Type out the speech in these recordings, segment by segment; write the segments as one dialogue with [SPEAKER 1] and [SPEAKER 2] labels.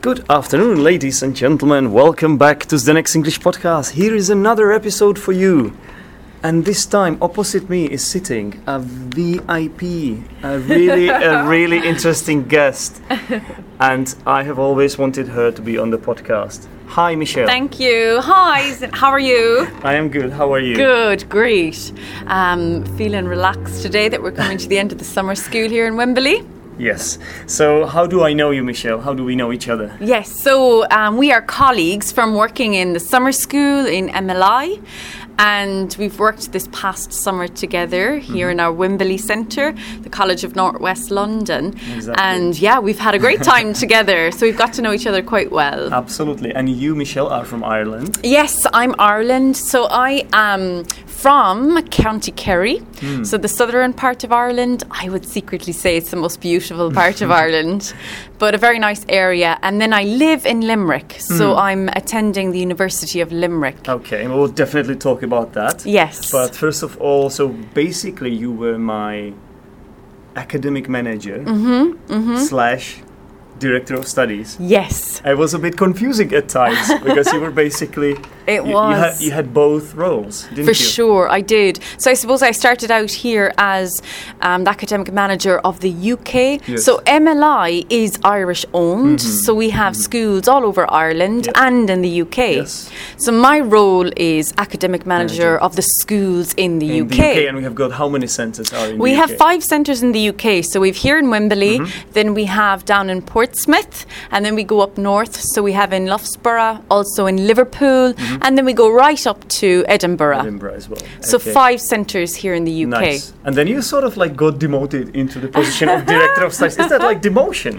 [SPEAKER 1] Good afternoon, ladies and gentlemen. Welcome back to the next English podcast. Here is another episode for you. And this time, opposite me is sitting a VIP, a really, a really interesting guest. And I have always wanted her to be on the podcast. Hi, Michelle.
[SPEAKER 2] Thank you. Hi, Z- how are you?
[SPEAKER 1] I am good. How are you?
[SPEAKER 2] Good, great. Um, feeling relaxed today that we're coming to the end of the summer school here in Wembley.
[SPEAKER 1] Yes. So, how do I know you, Michelle? How do we know each other?
[SPEAKER 2] Yes, so um, we are colleagues from working in the summer school in MLI, and we've worked this past summer together here in our Wembley Centre, the College of Northwest London.
[SPEAKER 1] Exactly.
[SPEAKER 2] And yeah, we've had a great time together, so we've got to know each other quite well.
[SPEAKER 1] Absolutely. And you, Michelle, are from Ireland.
[SPEAKER 2] Yes, I'm Ireland. So I am from County Kerry, so the southern part of Ireland. I would secretly say it's the most beautiful part of Ireland, but a very nice area. And then I live in Limerick, so I'm attending the University of Limerick.
[SPEAKER 1] Okay, we'll definitely talk about that.
[SPEAKER 2] Yes.
[SPEAKER 1] Oh. But first of all, so basically, you were my academic manager
[SPEAKER 2] Mm-hmm,
[SPEAKER 1] slash director of studies.
[SPEAKER 2] Yes,
[SPEAKER 1] It was a bit confusing at times because you were basically
[SPEAKER 2] It
[SPEAKER 1] you, you had,
[SPEAKER 2] was.
[SPEAKER 1] you had both roles, didn't
[SPEAKER 2] for
[SPEAKER 1] you?
[SPEAKER 2] sure, I did. So I suppose I started out here as um, the academic manager of the UK.
[SPEAKER 1] Yes. Mm-hmm.
[SPEAKER 2] So MLI is Irish owned, so we have schools all over Ireland
[SPEAKER 1] Yeah.
[SPEAKER 2] and in the UK.
[SPEAKER 1] Yes.
[SPEAKER 2] So my role is academic manager
[SPEAKER 1] Manager.
[SPEAKER 2] of the schools in the
[SPEAKER 1] In
[SPEAKER 2] UK.
[SPEAKER 1] the UK, and we have got how many centers are in
[SPEAKER 2] we
[SPEAKER 1] the
[SPEAKER 2] have
[SPEAKER 1] UK?
[SPEAKER 2] five centres in the UK. So we've here in Wembley,
[SPEAKER 1] Mm-hmm.
[SPEAKER 2] then we have down in Portsmouth, and then we go up north. So we have in Loughborough, also in Liverpool,
[SPEAKER 1] Mm-hmm.
[SPEAKER 2] and then we go right up to Edinburgh.
[SPEAKER 1] Edinburgh as well.
[SPEAKER 2] So
[SPEAKER 1] Okay.
[SPEAKER 2] five centres here in the UK.
[SPEAKER 1] Nice. And then you sort of like got demoted into the position of director of studies. Is that like demotion?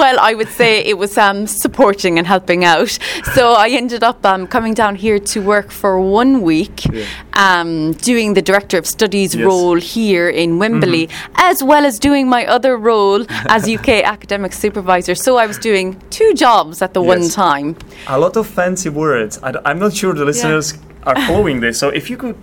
[SPEAKER 2] Well, I would say it was um, supporting and helping out. So I ended up um, coming down here to work for one week,
[SPEAKER 1] Yeah.
[SPEAKER 2] um, doing the director of studies
[SPEAKER 1] Yes. Mm-hmm.
[SPEAKER 2] role here in Wembley, as well as doing my other role as UK academic supervisor. So I was doing two jobs at the one
[SPEAKER 1] Yes.
[SPEAKER 2] time.
[SPEAKER 1] a lot of fancy words. I, am not sure the listeners are following this. So if you could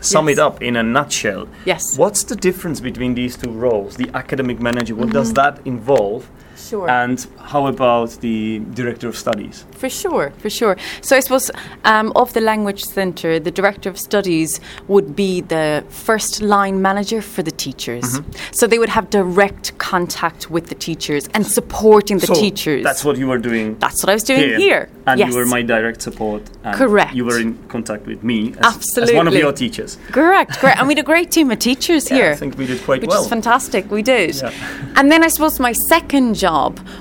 [SPEAKER 1] sum
[SPEAKER 2] Yes.
[SPEAKER 1] it up in a nutshell,
[SPEAKER 2] Yes.
[SPEAKER 1] What's the difference between these two roles? The academic manager, what does that involve?
[SPEAKER 2] Mm-hmm. Sure.
[SPEAKER 1] And how about the director of studies?
[SPEAKER 2] For sure, for sure. So I suppose um, of the language centre, the director of studies would be the first line manager for the teachers.
[SPEAKER 1] Mm-hmm.
[SPEAKER 2] So they would have direct contact with the teachers and supporting the
[SPEAKER 1] So
[SPEAKER 2] teachers.
[SPEAKER 1] That's what you were doing.
[SPEAKER 2] That's what I was doing here.
[SPEAKER 1] And
[SPEAKER 2] Yes.
[SPEAKER 1] you were my direct support. And
[SPEAKER 2] Correct.
[SPEAKER 1] You were in contact with me as, as one of
[SPEAKER 2] Absolutely.
[SPEAKER 1] your teachers.
[SPEAKER 2] Correct, correct. And we had a great team of teachers here.
[SPEAKER 1] I think we did quite
[SPEAKER 2] which
[SPEAKER 1] well.
[SPEAKER 2] is fantastic. We did.
[SPEAKER 1] Yeah.
[SPEAKER 2] And then I suppose my second job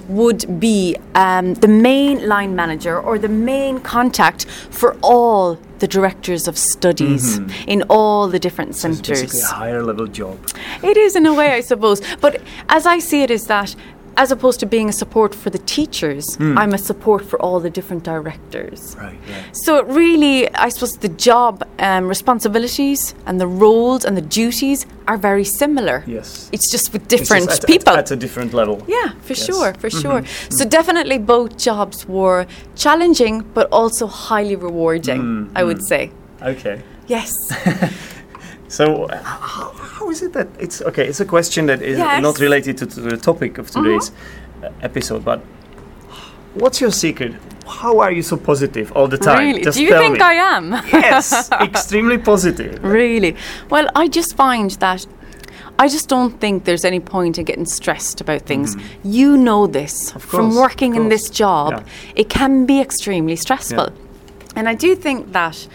[SPEAKER 2] would be um, the main line manager or the main contact for all the directors of studies in all the different
[SPEAKER 1] Mm-hmm. It's basically
[SPEAKER 2] centres.
[SPEAKER 1] a higher level job.
[SPEAKER 2] It is in a way, I suppose. But as I see it, is that as opposed to being a support for the teachers,
[SPEAKER 1] Hmm.
[SPEAKER 2] I'm a support for all the different directors.
[SPEAKER 1] Right.
[SPEAKER 2] So it really, I suppose, the job um, responsibilities and the roles and the duties are very similar.
[SPEAKER 1] Yes.
[SPEAKER 2] It's just with
[SPEAKER 1] It's just
[SPEAKER 2] different
[SPEAKER 1] at- at-
[SPEAKER 2] people.
[SPEAKER 1] At, a different level.
[SPEAKER 2] yeah, for
[SPEAKER 1] Yes. Mm-hmm.
[SPEAKER 2] sure, for sure. So definitely both jobs were challenging, but also highly rewarding,
[SPEAKER 1] Mm-hmm.
[SPEAKER 2] I would say.
[SPEAKER 1] Okay.
[SPEAKER 2] Yes.
[SPEAKER 1] So, uh, how, how is it that it's okay? It's a question that is
[SPEAKER 2] Yes. Mm-hmm.
[SPEAKER 1] not related to, to the topic of today's uh, episode, but what's your secret? How are you so positive all the time?
[SPEAKER 2] really?
[SPEAKER 1] Just
[SPEAKER 2] Do you
[SPEAKER 1] tell
[SPEAKER 2] think
[SPEAKER 1] me.
[SPEAKER 2] I Mm-hmm. am?
[SPEAKER 1] yes, extremely positive.
[SPEAKER 2] Really? Well, I just find that I just don't think there's any point in getting stressed about things. You know this from
[SPEAKER 1] course,
[SPEAKER 2] working
[SPEAKER 1] Mm-hmm. of
[SPEAKER 2] in this
[SPEAKER 1] course.
[SPEAKER 2] job.
[SPEAKER 1] Yeah.
[SPEAKER 2] It can be extremely stressful. And I do think that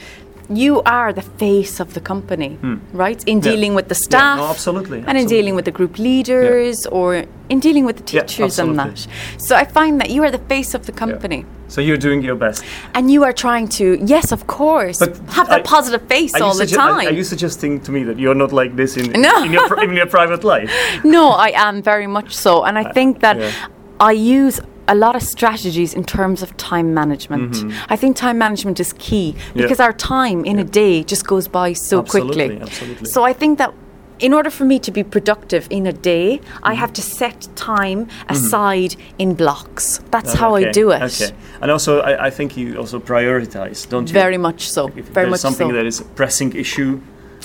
[SPEAKER 2] you are the face of the company, right? In
[SPEAKER 1] Hmm. Yeah.
[SPEAKER 2] dealing with the
[SPEAKER 1] Yeah,
[SPEAKER 2] staff
[SPEAKER 1] no, absolutely,
[SPEAKER 2] and in
[SPEAKER 1] absolutely.
[SPEAKER 2] dealing with the group leaders or in dealing with the
[SPEAKER 1] Yeah,
[SPEAKER 2] teachers and that.
[SPEAKER 1] absolutely.
[SPEAKER 2] So I find that you are the face of the
[SPEAKER 1] Yeah.
[SPEAKER 2] company
[SPEAKER 1] So you're doing your best.
[SPEAKER 2] and you are trying to, yes, of course,
[SPEAKER 1] But
[SPEAKER 2] have that
[SPEAKER 1] are-
[SPEAKER 2] positive face
[SPEAKER 1] Are you
[SPEAKER 2] all the
[SPEAKER 1] sugge- are-
[SPEAKER 2] time.
[SPEAKER 1] Are, you suggesting to me that you're not like this in,
[SPEAKER 2] No.
[SPEAKER 1] in, your, pri- in your private life?
[SPEAKER 2] no, I am very much so. And I think that
[SPEAKER 1] Uh, yeah.
[SPEAKER 2] I use a lot of strategies in terms of time management. I think time management is key
[SPEAKER 1] Mm-hmm. Yeah.
[SPEAKER 2] because our time in a day just goes by so quickly.
[SPEAKER 1] Absolutely, absolutely.
[SPEAKER 2] So I think that in order for me to be productive in a day, I
[SPEAKER 1] Mm-hmm.
[SPEAKER 2] have to set time aside in blocks. That's how I
[SPEAKER 1] Okay,
[SPEAKER 2] do it.
[SPEAKER 1] Okay. And also, I, I think you also prioritize, don't you?
[SPEAKER 2] Very much so.
[SPEAKER 1] if
[SPEAKER 2] very
[SPEAKER 1] there's
[SPEAKER 2] much
[SPEAKER 1] something
[SPEAKER 2] so.
[SPEAKER 1] that is a pressing issue, you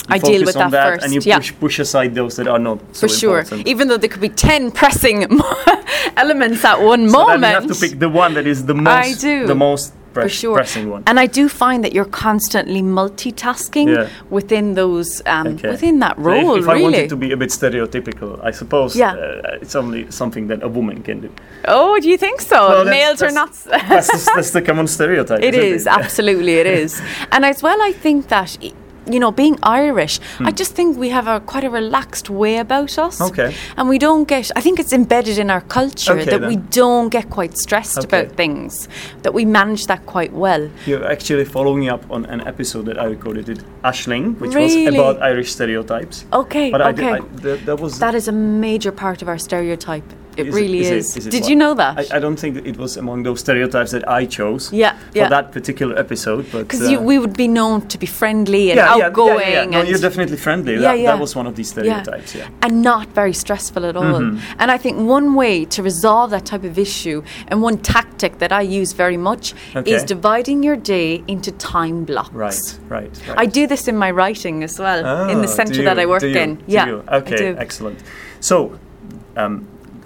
[SPEAKER 2] I
[SPEAKER 1] focus
[SPEAKER 2] deal with
[SPEAKER 1] on
[SPEAKER 2] that
[SPEAKER 1] that
[SPEAKER 2] first,
[SPEAKER 1] and you
[SPEAKER 2] yeah.
[SPEAKER 1] push, push aside those that are not so
[SPEAKER 2] for sure.
[SPEAKER 1] important.
[SPEAKER 2] Even though there could be 10 pressing elements at one
[SPEAKER 1] So
[SPEAKER 2] moment.
[SPEAKER 1] then you have to pick the one that is the most,
[SPEAKER 2] I do.
[SPEAKER 1] the most
[SPEAKER 2] for
[SPEAKER 1] press-
[SPEAKER 2] sure.
[SPEAKER 1] pressing one.
[SPEAKER 2] And I do find that you're constantly multitasking
[SPEAKER 1] Yeah.
[SPEAKER 2] within those um,
[SPEAKER 1] Okay.
[SPEAKER 2] within that
[SPEAKER 1] So if-
[SPEAKER 2] role,
[SPEAKER 1] if, I
[SPEAKER 2] really.
[SPEAKER 1] wanted to be a bit stereotypical, I suppose
[SPEAKER 2] Yeah.
[SPEAKER 1] uh, it's only something that a woman can do.
[SPEAKER 2] oh, do you think so?
[SPEAKER 1] Well, that's-
[SPEAKER 2] Males are not.
[SPEAKER 1] that's- that's, the- that's the common stereotype.
[SPEAKER 2] It
[SPEAKER 1] isn't
[SPEAKER 2] is absolutely it is, and as well, I think that. i- You know, being Irish, I just think we have a quite a relaxed way about us,
[SPEAKER 1] Hmm. Okay.
[SPEAKER 2] and we don't get. I think it's embedded in our culture
[SPEAKER 1] Okay,
[SPEAKER 2] that
[SPEAKER 1] then.
[SPEAKER 2] we don't get quite stressed
[SPEAKER 1] Okay.
[SPEAKER 2] about things, that we manage that quite well.
[SPEAKER 1] You're actually following up on an episode that I recorded with Ashling, which was
[SPEAKER 2] Really?
[SPEAKER 1] about Irish stereotypes.
[SPEAKER 2] Okay,
[SPEAKER 1] but I did-
[SPEAKER 2] okay.
[SPEAKER 1] I- that- that was
[SPEAKER 2] That is a major part of our stereotype. It
[SPEAKER 1] Is
[SPEAKER 2] really
[SPEAKER 1] is it-
[SPEAKER 2] is.
[SPEAKER 1] is it
[SPEAKER 2] Did
[SPEAKER 1] what-
[SPEAKER 2] you know that?
[SPEAKER 1] I, I don't think that it was among those stereotypes that I chose.
[SPEAKER 2] Yeah,
[SPEAKER 1] For
[SPEAKER 2] yeah.
[SPEAKER 1] that particular episode, but
[SPEAKER 2] Because you
[SPEAKER 1] uh,
[SPEAKER 2] we would be known to be friendly and
[SPEAKER 1] yeah, yeah, yeah,
[SPEAKER 2] outgoing
[SPEAKER 1] Yeah, yeah, No,
[SPEAKER 2] and
[SPEAKER 1] you're definitely friendly.
[SPEAKER 2] Yeah,
[SPEAKER 1] that, that
[SPEAKER 2] yeah.
[SPEAKER 1] was one of these
[SPEAKER 2] yeah,
[SPEAKER 1] stereotypes. Yeah.
[SPEAKER 2] and not very stressful at all.
[SPEAKER 1] Mm-hmm.
[SPEAKER 2] And I think one way to resolve that type of issue and one tactic that I use very much is
[SPEAKER 1] Okay.
[SPEAKER 2] dividing your day into time blocks.
[SPEAKER 1] Right. Right. right.
[SPEAKER 2] I do this in my writing as well, in the
[SPEAKER 1] Ah,
[SPEAKER 2] centre
[SPEAKER 1] do
[SPEAKER 2] that
[SPEAKER 1] you-
[SPEAKER 2] I work
[SPEAKER 1] do you-
[SPEAKER 2] in.
[SPEAKER 1] do
[SPEAKER 2] yeah.
[SPEAKER 1] you?
[SPEAKER 2] I
[SPEAKER 1] Okay.
[SPEAKER 2] do.
[SPEAKER 1] Excellent. So, um,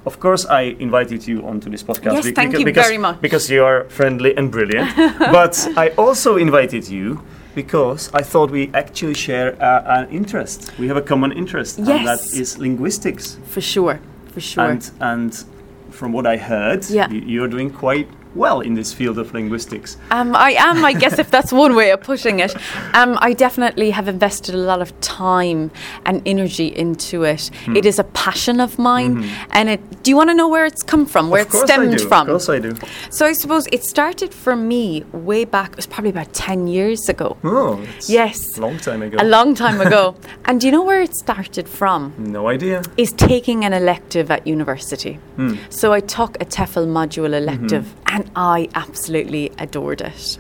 [SPEAKER 1] of course, I invited you onto this podcast.
[SPEAKER 2] Yes,
[SPEAKER 1] be-
[SPEAKER 2] thank
[SPEAKER 1] beca-
[SPEAKER 2] you
[SPEAKER 1] because,
[SPEAKER 2] very much.
[SPEAKER 1] Because you are friendly and brilliant. but I also invited you because I thought we actually share uh, an interest. We have a common interest, and that
[SPEAKER 2] Yes.
[SPEAKER 1] is linguistics.
[SPEAKER 2] For sure. For sure.
[SPEAKER 1] And and from what I heard,
[SPEAKER 2] Yeah.
[SPEAKER 1] y- you're doing quite well in this field of linguistics.
[SPEAKER 2] Um, I am, I guess, if that's one way of putting it. Um, I definitely have invested a lot of time and energy into it.
[SPEAKER 1] Hmm.
[SPEAKER 2] It is a passion of mine, and it. Do you want to know where it's come from? Where
[SPEAKER 1] Mm-hmm. of
[SPEAKER 2] it
[SPEAKER 1] course
[SPEAKER 2] stemmed
[SPEAKER 1] I do.
[SPEAKER 2] from?
[SPEAKER 1] Of course I do.
[SPEAKER 2] So I suppose it started for me way back. It was probably about ten years ago.
[SPEAKER 1] Oh, it's
[SPEAKER 2] Yes.
[SPEAKER 1] a long time ago.
[SPEAKER 2] A long time ago. and do you know where it started from?
[SPEAKER 1] no idea.
[SPEAKER 2] is taking an elective at university.
[SPEAKER 1] Hmm.
[SPEAKER 2] So I took a TEFL module elective
[SPEAKER 1] Mm-hmm.
[SPEAKER 2] and I absolutely adored it.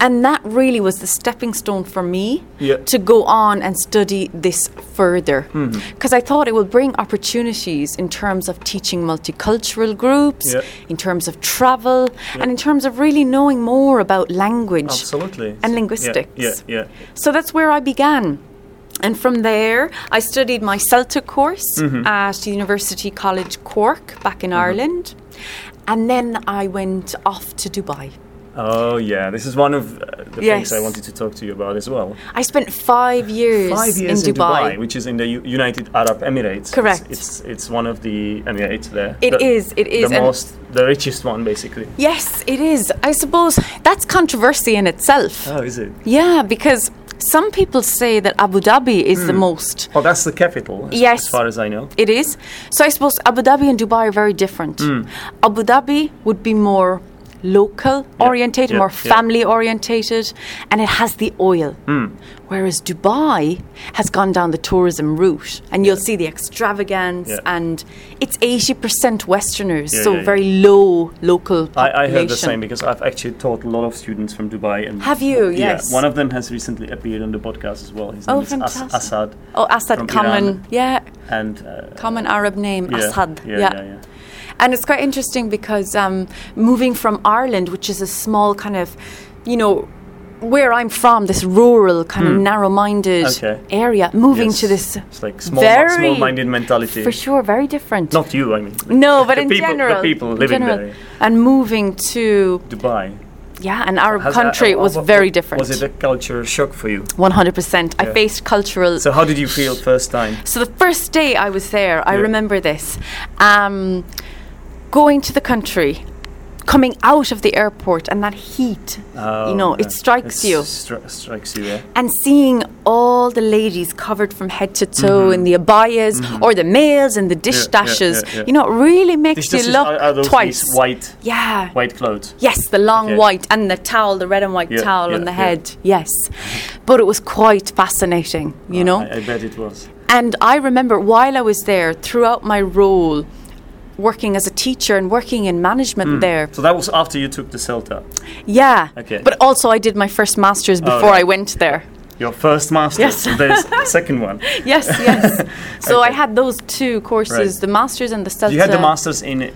[SPEAKER 2] And that really was the stepping stone for me
[SPEAKER 1] Yeah.
[SPEAKER 2] to go on and study this further.
[SPEAKER 1] Mm-hmm.
[SPEAKER 2] Because I thought it would bring opportunities in terms of teaching multicultural groups,
[SPEAKER 1] Yeah.
[SPEAKER 2] in terms of travel, and in terms of really knowing more about language.
[SPEAKER 1] Absolutely.
[SPEAKER 2] And
[SPEAKER 1] Yeah,
[SPEAKER 2] linguistics.
[SPEAKER 1] Yeah, yeah.
[SPEAKER 2] So that's where I began. And from there, I studied my Celtic course at University College Cork back in Ireland. And then I went off to Dubai.
[SPEAKER 1] Oh, yeah. This is one of uh, the things I
[SPEAKER 2] Yes.
[SPEAKER 1] wanted to talk to you about as well.
[SPEAKER 2] I spent five years,
[SPEAKER 1] Five years
[SPEAKER 2] in Dubai.
[SPEAKER 1] which is in the U- United Arab Emirates. It's-
[SPEAKER 2] Correct.
[SPEAKER 1] It's, it's one of the emirates there.
[SPEAKER 2] It
[SPEAKER 1] It is.
[SPEAKER 2] is, it is,
[SPEAKER 1] The
[SPEAKER 2] and-
[SPEAKER 1] most, the richest one, basically.
[SPEAKER 2] Yes, it is. I suppose that's controversy in itself.
[SPEAKER 1] Oh, is it?
[SPEAKER 2] Yeah, because some people say that Abu Dhabi is the most
[SPEAKER 1] Oh, that's the capital. as-
[SPEAKER 2] Yes.
[SPEAKER 1] As far as I know.
[SPEAKER 2] It is. So I suppose Abu Dhabi and Dubai are very different.
[SPEAKER 1] Mm.
[SPEAKER 2] Abu Dhabi would be more local orientated,
[SPEAKER 1] yeah,
[SPEAKER 2] more
[SPEAKER 1] yeah.
[SPEAKER 2] family orientated, and it has the oil.
[SPEAKER 1] Mm.
[SPEAKER 2] Whereas Dubai has gone down the tourism route, and you'll see the extravagance,
[SPEAKER 1] Yeah.
[SPEAKER 2] and it's 80% Westerners,
[SPEAKER 1] Yeah,
[SPEAKER 2] so
[SPEAKER 1] yeah, yeah.
[SPEAKER 2] very low local population.
[SPEAKER 1] I, I heard the same because I've actually taught a lot of students from Dubai. And
[SPEAKER 2] Have you?
[SPEAKER 1] Yeah,
[SPEAKER 2] Yes.
[SPEAKER 1] One of them has recently appeared on the podcast as well. His
[SPEAKER 2] Oh,
[SPEAKER 1] name is As-
[SPEAKER 2] fantastic.
[SPEAKER 1] Assad.
[SPEAKER 2] Oh, Assad,
[SPEAKER 1] from
[SPEAKER 2] common,
[SPEAKER 1] Iran.
[SPEAKER 2] yeah,
[SPEAKER 1] And uh,
[SPEAKER 2] common Arab name,
[SPEAKER 1] yeah,
[SPEAKER 2] Assad.
[SPEAKER 1] Yeah, yeah, yeah.
[SPEAKER 2] And it's quite interesting because um, moving from Ireland, which is a small kind of, you know, where I'm from, this rural kind of narrow-minded
[SPEAKER 1] Hmm. Okay.
[SPEAKER 2] area, moving to
[SPEAKER 1] Yes.
[SPEAKER 2] this
[SPEAKER 1] It's like small,
[SPEAKER 2] very-
[SPEAKER 1] small-minded mentality.
[SPEAKER 2] for sure very different.
[SPEAKER 1] Not you, I mean.
[SPEAKER 2] no, but
[SPEAKER 1] the
[SPEAKER 2] in
[SPEAKER 1] people,
[SPEAKER 2] general,
[SPEAKER 1] the people
[SPEAKER 2] in
[SPEAKER 1] living
[SPEAKER 2] general,
[SPEAKER 1] there,
[SPEAKER 2] and moving to
[SPEAKER 1] Dubai.
[SPEAKER 2] yeah, an Arab
[SPEAKER 1] Has-
[SPEAKER 2] country
[SPEAKER 1] uh,
[SPEAKER 2] was
[SPEAKER 1] wa- wa-
[SPEAKER 2] very different.
[SPEAKER 1] Was it a culture shock for you?
[SPEAKER 2] 100%.
[SPEAKER 1] Yeah.
[SPEAKER 2] I faced cultural
[SPEAKER 1] So how did you feel first time?
[SPEAKER 2] So the first day I was there, I
[SPEAKER 1] Yeah.
[SPEAKER 2] remember this. Um, going to the country, coming out of the airport, and that heat,
[SPEAKER 1] Ah.
[SPEAKER 2] you know,
[SPEAKER 1] yeah.
[SPEAKER 2] it strikes
[SPEAKER 1] It
[SPEAKER 2] you.
[SPEAKER 1] Uh, stri- strikes you, yeah.
[SPEAKER 2] And seeing all the ladies covered from head to toe in the abayas or the males in the dish
[SPEAKER 1] Mm-hmm. Yeah, yeah,
[SPEAKER 2] dashes,
[SPEAKER 1] yeah, yeah.
[SPEAKER 2] you know, it really makes
[SPEAKER 1] It's just
[SPEAKER 2] you
[SPEAKER 1] are,
[SPEAKER 2] look
[SPEAKER 1] are those
[SPEAKER 2] twice.
[SPEAKER 1] these white,
[SPEAKER 2] yeah.
[SPEAKER 1] white clothes?
[SPEAKER 2] Yes, the long
[SPEAKER 1] Okay.
[SPEAKER 2] white and the towel, the red and white
[SPEAKER 1] Yeah,
[SPEAKER 2] towel
[SPEAKER 1] yeah,
[SPEAKER 2] on the
[SPEAKER 1] yeah. Mm-hmm.
[SPEAKER 2] head. Yes. But it was quite fascinating, you know?
[SPEAKER 1] Uh, I, I bet it was.
[SPEAKER 2] And I remember while I was there, throughout my role, working as a teacher and working in management there.
[SPEAKER 1] So that was after you took the Celta.
[SPEAKER 2] Yeah.
[SPEAKER 1] Mm. Okay. Oh,
[SPEAKER 2] But also, I did my first master's before I
[SPEAKER 1] right.
[SPEAKER 2] went there.
[SPEAKER 1] Your first master.
[SPEAKER 2] Yes.
[SPEAKER 1] So there's a second one.
[SPEAKER 2] Yes, yes. so I
[SPEAKER 1] Okay.
[SPEAKER 2] had those two courses,
[SPEAKER 1] Right.
[SPEAKER 2] the master's and the Celta.
[SPEAKER 1] You had the masters in uh,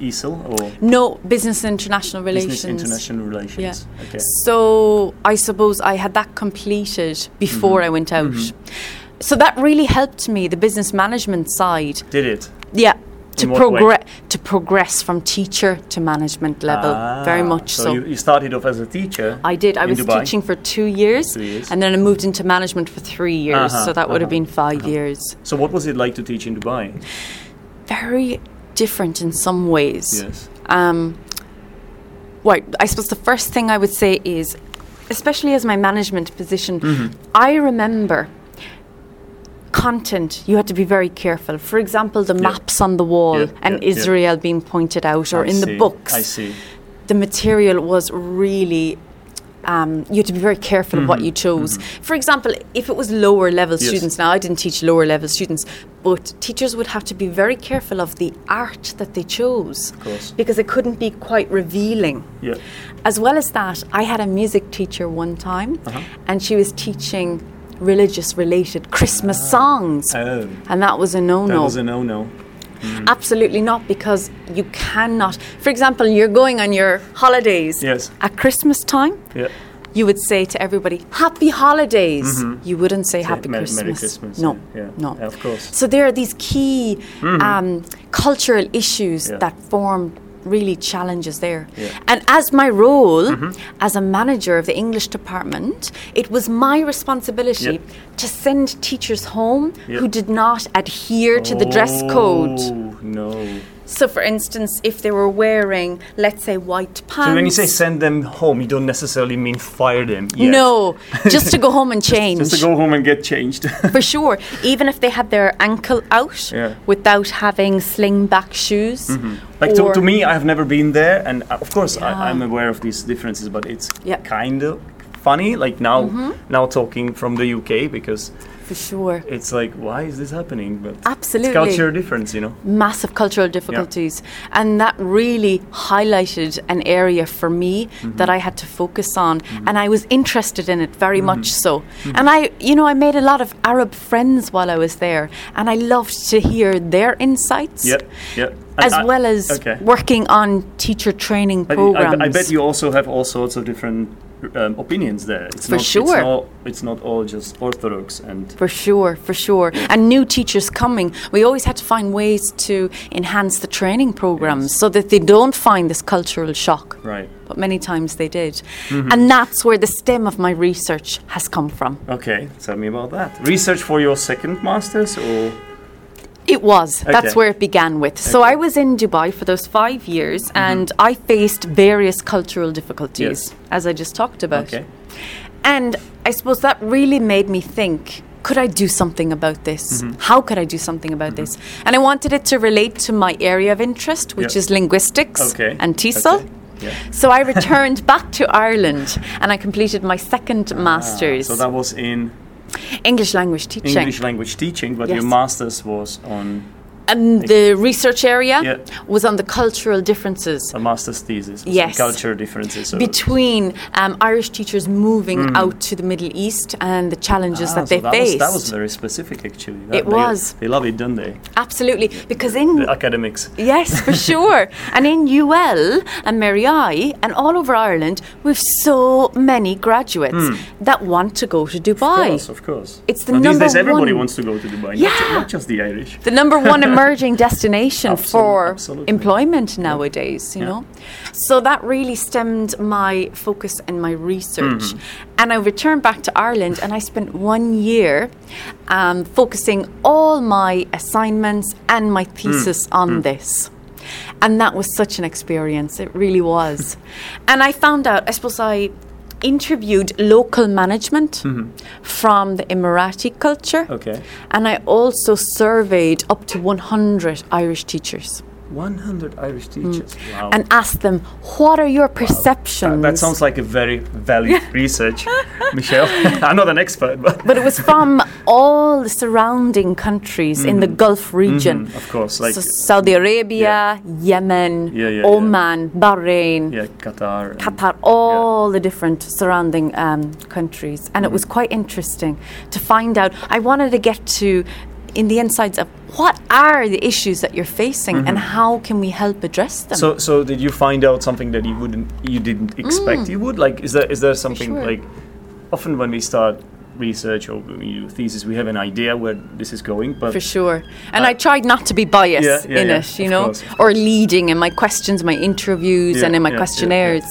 [SPEAKER 1] ESIL or
[SPEAKER 2] No, business and international relations.
[SPEAKER 1] Business International Relations.
[SPEAKER 2] Yeah.
[SPEAKER 1] Okay.
[SPEAKER 2] So I suppose I had that completed
[SPEAKER 1] Mm-hmm.
[SPEAKER 2] before I went out. So that really helped me, the business management side.
[SPEAKER 1] Did it?
[SPEAKER 2] Yeah. to
[SPEAKER 1] In what way?
[SPEAKER 2] progress to progress from teacher to management level. Oh, very
[SPEAKER 1] Ah,
[SPEAKER 2] much so.
[SPEAKER 1] You, you started off as a teacher.
[SPEAKER 2] I did. I
[SPEAKER 1] in
[SPEAKER 2] was
[SPEAKER 1] Dubai.
[SPEAKER 2] teaching for two years,
[SPEAKER 1] Two years.
[SPEAKER 2] and then I moved into management for three years.
[SPEAKER 1] Uh-huh,
[SPEAKER 2] so that would have
[SPEAKER 1] uh-huh,
[SPEAKER 2] been 5 years.
[SPEAKER 1] So what was it like to teach in Dubai?
[SPEAKER 2] Very different in some ways.
[SPEAKER 1] Yes.
[SPEAKER 2] Um, right. I suppose the first thing I would say is, especially as my management position,
[SPEAKER 1] Mm-hmm.
[SPEAKER 2] I remember content you had to be very careful for example the maps on the wall
[SPEAKER 1] Yeah,
[SPEAKER 2] and
[SPEAKER 1] yeah, yeah.
[SPEAKER 2] israel being pointed out or
[SPEAKER 1] I
[SPEAKER 2] in
[SPEAKER 1] see,
[SPEAKER 2] the books
[SPEAKER 1] I see.
[SPEAKER 2] the material was really um, you had to be very careful of what you chose. For example, if it was lower level
[SPEAKER 1] Mm-hmm. Yes.
[SPEAKER 2] students, now I didn't teach lower level students, but teachers would have to be very careful of the art that they chose. Of
[SPEAKER 1] course.
[SPEAKER 2] Because it couldn't be quite revealing.
[SPEAKER 1] Yeah.
[SPEAKER 2] As well as that, I had a music teacher one time,
[SPEAKER 1] Uh-huh.
[SPEAKER 2] and she was teaching religious related Christmas songs.
[SPEAKER 1] Oh.
[SPEAKER 2] And that was a no
[SPEAKER 1] That
[SPEAKER 2] no.
[SPEAKER 1] was a no-no.
[SPEAKER 2] Absolutely not, because you cannot. For example, you're going on your holidays
[SPEAKER 1] Yes.
[SPEAKER 2] at Christmas time.
[SPEAKER 1] Yeah.
[SPEAKER 2] You would say to everybody, "Happy holidays." You wouldn't say "Happy
[SPEAKER 1] Mer- Mm-hmm. Merry
[SPEAKER 2] Christmas."
[SPEAKER 1] Christmas,
[SPEAKER 2] No,
[SPEAKER 1] yeah, yeah,
[SPEAKER 2] no,
[SPEAKER 1] yeah, of course. Mm-hmm.
[SPEAKER 2] So there are these key um, cultural issues
[SPEAKER 1] Yeah.
[SPEAKER 2] that form really challenges there.
[SPEAKER 1] Yeah. Mm-hmm.
[SPEAKER 2] And as my role as a manager of the English department, it was my responsibility
[SPEAKER 1] Yeah.
[SPEAKER 2] to send teachers home
[SPEAKER 1] Yeah.
[SPEAKER 2] who did not adhere to the dress code.
[SPEAKER 1] Oh, no.
[SPEAKER 2] So, for instance, if they were wearing, let's say, white pants.
[SPEAKER 1] So when you say send them home, you don't necessarily mean fire them. yet.
[SPEAKER 2] no, just to go home and change.
[SPEAKER 1] Just to go home and get changed.
[SPEAKER 2] For sure. Even if they had their ankle out
[SPEAKER 1] Yeah. Mm-hmm.
[SPEAKER 2] without having sling back shoes.
[SPEAKER 1] like to,
[SPEAKER 2] or-
[SPEAKER 1] to me, I've never been there, and uh, of course
[SPEAKER 2] Yeah.
[SPEAKER 1] I, I'm aware of these differences, but it's
[SPEAKER 2] Yeah. Mm-hmm.
[SPEAKER 1] kind of funny. Like now, now talking from the UK because
[SPEAKER 2] For sure.
[SPEAKER 1] it's like, why is this happening? But
[SPEAKER 2] Absolutely.
[SPEAKER 1] it's culture difference, you know.
[SPEAKER 2] Massive cultural difficulties. And that really highlighted an area for me
[SPEAKER 1] Mm-hmm.
[SPEAKER 2] that I had to focus on. And I was interested in it
[SPEAKER 1] Mm-hmm.
[SPEAKER 2] very much so. And I, you know, I made a lot of Arab friends while I was there. And I loved to hear their insights.
[SPEAKER 1] Yep, yep. And
[SPEAKER 2] as
[SPEAKER 1] I-
[SPEAKER 2] well as
[SPEAKER 1] okay.
[SPEAKER 2] working on teacher training
[SPEAKER 1] I- I,
[SPEAKER 2] programs.
[SPEAKER 1] I bet you also have all sorts of different um, opinions there. It's
[SPEAKER 2] For
[SPEAKER 1] not, It's
[SPEAKER 2] sure.
[SPEAKER 1] not, it's not all just orthodox and
[SPEAKER 2] For sure, for sure. And new teachers coming, we always had to find ways to enhance the training programs so that they don't find this cultural shock.
[SPEAKER 1] right. Mm-hmm.
[SPEAKER 2] But many times they did. And that's where the stem of my research has come from.
[SPEAKER 1] Okay, tell me about that. Research for your second masters or
[SPEAKER 2] It was.
[SPEAKER 1] Okay.
[SPEAKER 2] That's where it began with. So I was in Dubai for those five years and I faced various cultural difficulties,
[SPEAKER 1] Mm-hmm. Yes.
[SPEAKER 2] as I just talked about.
[SPEAKER 1] okay.
[SPEAKER 2] And I suppose that really made me think could I do something about this?
[SPEAKER 1] Mm-hmm.
[SPEAKER 2] How could I do something about this? And I wanted it to relate to my area of interest, which
[SPEAKER 1] Yeah.
[SPEAKER 2] is linguistics
[SPEAKER 1] Okay.
[SPEAKER 2] and TESOL.
[SPEAKER 1] Okay. Yeah.
[SPEAKER 2] So I returned back to Ireland and I completed my second master's,
[SPEAKER 1] Ah, So that was in
[SPEAKER 2] English language teaching.
[SPEAKER 1] English language teaching, but your
[SPEAKER 2] Yes.
[SPEAKER 1] master's was on
[SPEAKER 2] And the research area
[SPEAKER 1] Yeah.
[SPEAKER 2] was on the cultural differences
[SPEAKER 1] a master's thesis. was
[SPEAKER 2] Yes.
[SPEAKER 1] On culture differences. So
[SPEAKER 2] between um, Irish teachers moving out to the Middle East and the challenges
[SPEAKER 1] Mm. Ah,
[SPEAKER 2] that
[SPEAKER 1] so
[SPEAKER 2] they
[SPEAKER 1] that
[SPEAKER 2] faced.
[SPEAKER 1] Was, that was very specific, actually. That
[SPEAKER 2] It
[SPEAKER 1] they-
[SPEAKER 2] was.
[SPEAKER 1] They love it, don't they?
[SPEAKER 2] Absolutely, because in
[SPEAKER 1] The academics.
[SPEAKER 2] Yes, for sure. and in UL and Mary I and all over Ireland, we've so many graduates that want to go to
[SPEAKER 1] Hmm. Of
[SPEAKER 2] Dubai.
[SPEAKER 1] course, of course.
[SPEAKER 2] It's the
[SPEAKER 1] Now, These
[SPEAKER 2] number
[SPEAKER 1] days, everybody
[SPEAKER 2] one-
[SPEAKER 1] wants to go to Dubai. not ju-
[SPEAKER 2] Yeah.
[SPEAKER 1] Not just the Irish.
[SPEAKER 2] The number one emerging destination
[SPEAKER 1] Absolute-
[SPEAKER 2] for
[SPEAKER 1] absolutely.
[SPEAKER 2] employment nowadays, you
[SPEAKER 1] Yeah.
[SPEAKER 2] know? So that really stemmed my focus and my research.
[SPEAKER 1] Mm-hmm.
[SPEAKER 2] And I returned back to Ireland and I spent one year um, focusing all my assignments and
[SPEAKER 1] Mm.
[SPEAKER 2] my thesis on this. And that was such an experience. It really was. and I found out, I suppose I interviewed local management from the Emirati culture.
[SPEAKER 1] Mm-hmm. Okay.
[SPEAKER 2] And I also surveyed up to 100 Irish teachers
[SPEAKER 1] 100 Irish teachers. Wow.
[SPEAKER 2] and asked them, what are your
[SPEAKER 1] That-
[SPEAKER 2] perceptions?
[SPEAKER 1] Um, that sounds like a very valid research, Michelle. I'm not an expert, but
[SPEAKER 2] but it was from all the surrounding countries in the Gulf region.
[SPEAKER 1] Mm-hmm. of course, like
[SPEAKER 2] so Saudi Arabia, Yemen,
[SPEAKER 1] Yeah, yeah, yeah.
[SPEAKER 2] Oman, Bahrain,
[SPEAKER 1] yeah, Qatar. and-
[SPEAKER 2] Qatar, all the different surrounding um, countries. And it was
[SPEAKER 1] Mm-hmm.
[SPEAKER 2] quite interesting to find out. I wanted to get to, in the insides of what are the issues that you're facing and
[SPEAKER 1] Mm-hmm.
[SPEAKER 2] how can we help address them?
[SPEAKER 1] So, so did you find out something that you wouldn't, you didn't expect you would? Like, is there is there something
[SPEAKER 2] Mm. sure.
[SPEAKER 1] like? Often when we start research or you know, thesis, we have an idea where this is going. But
[SPEAKER 2] for sure. And
[SPEAKER 1] Uh,
[SPEAKER 2] I tried not to be biased
[SPEAKER 1] Yeah, yeah,
[SPEAKER 2] in
[SPEAKER 1] yeah,
[SPEAKER 2] it, you
[SPEAKER 1] of
[SPEAKER 2] know,
[SPEAKER 1] course, of
[SPEAKER 2] or leading in my questions, my interviews,
[SPEAKER 1] Yeah,
[SPEAKER 2] and in
[SPEAKER 1] yeah,
[SPEAKER 2] my
[SPEAKER 1] yeah, yeah.
[SPEAKER 2] questionnaires.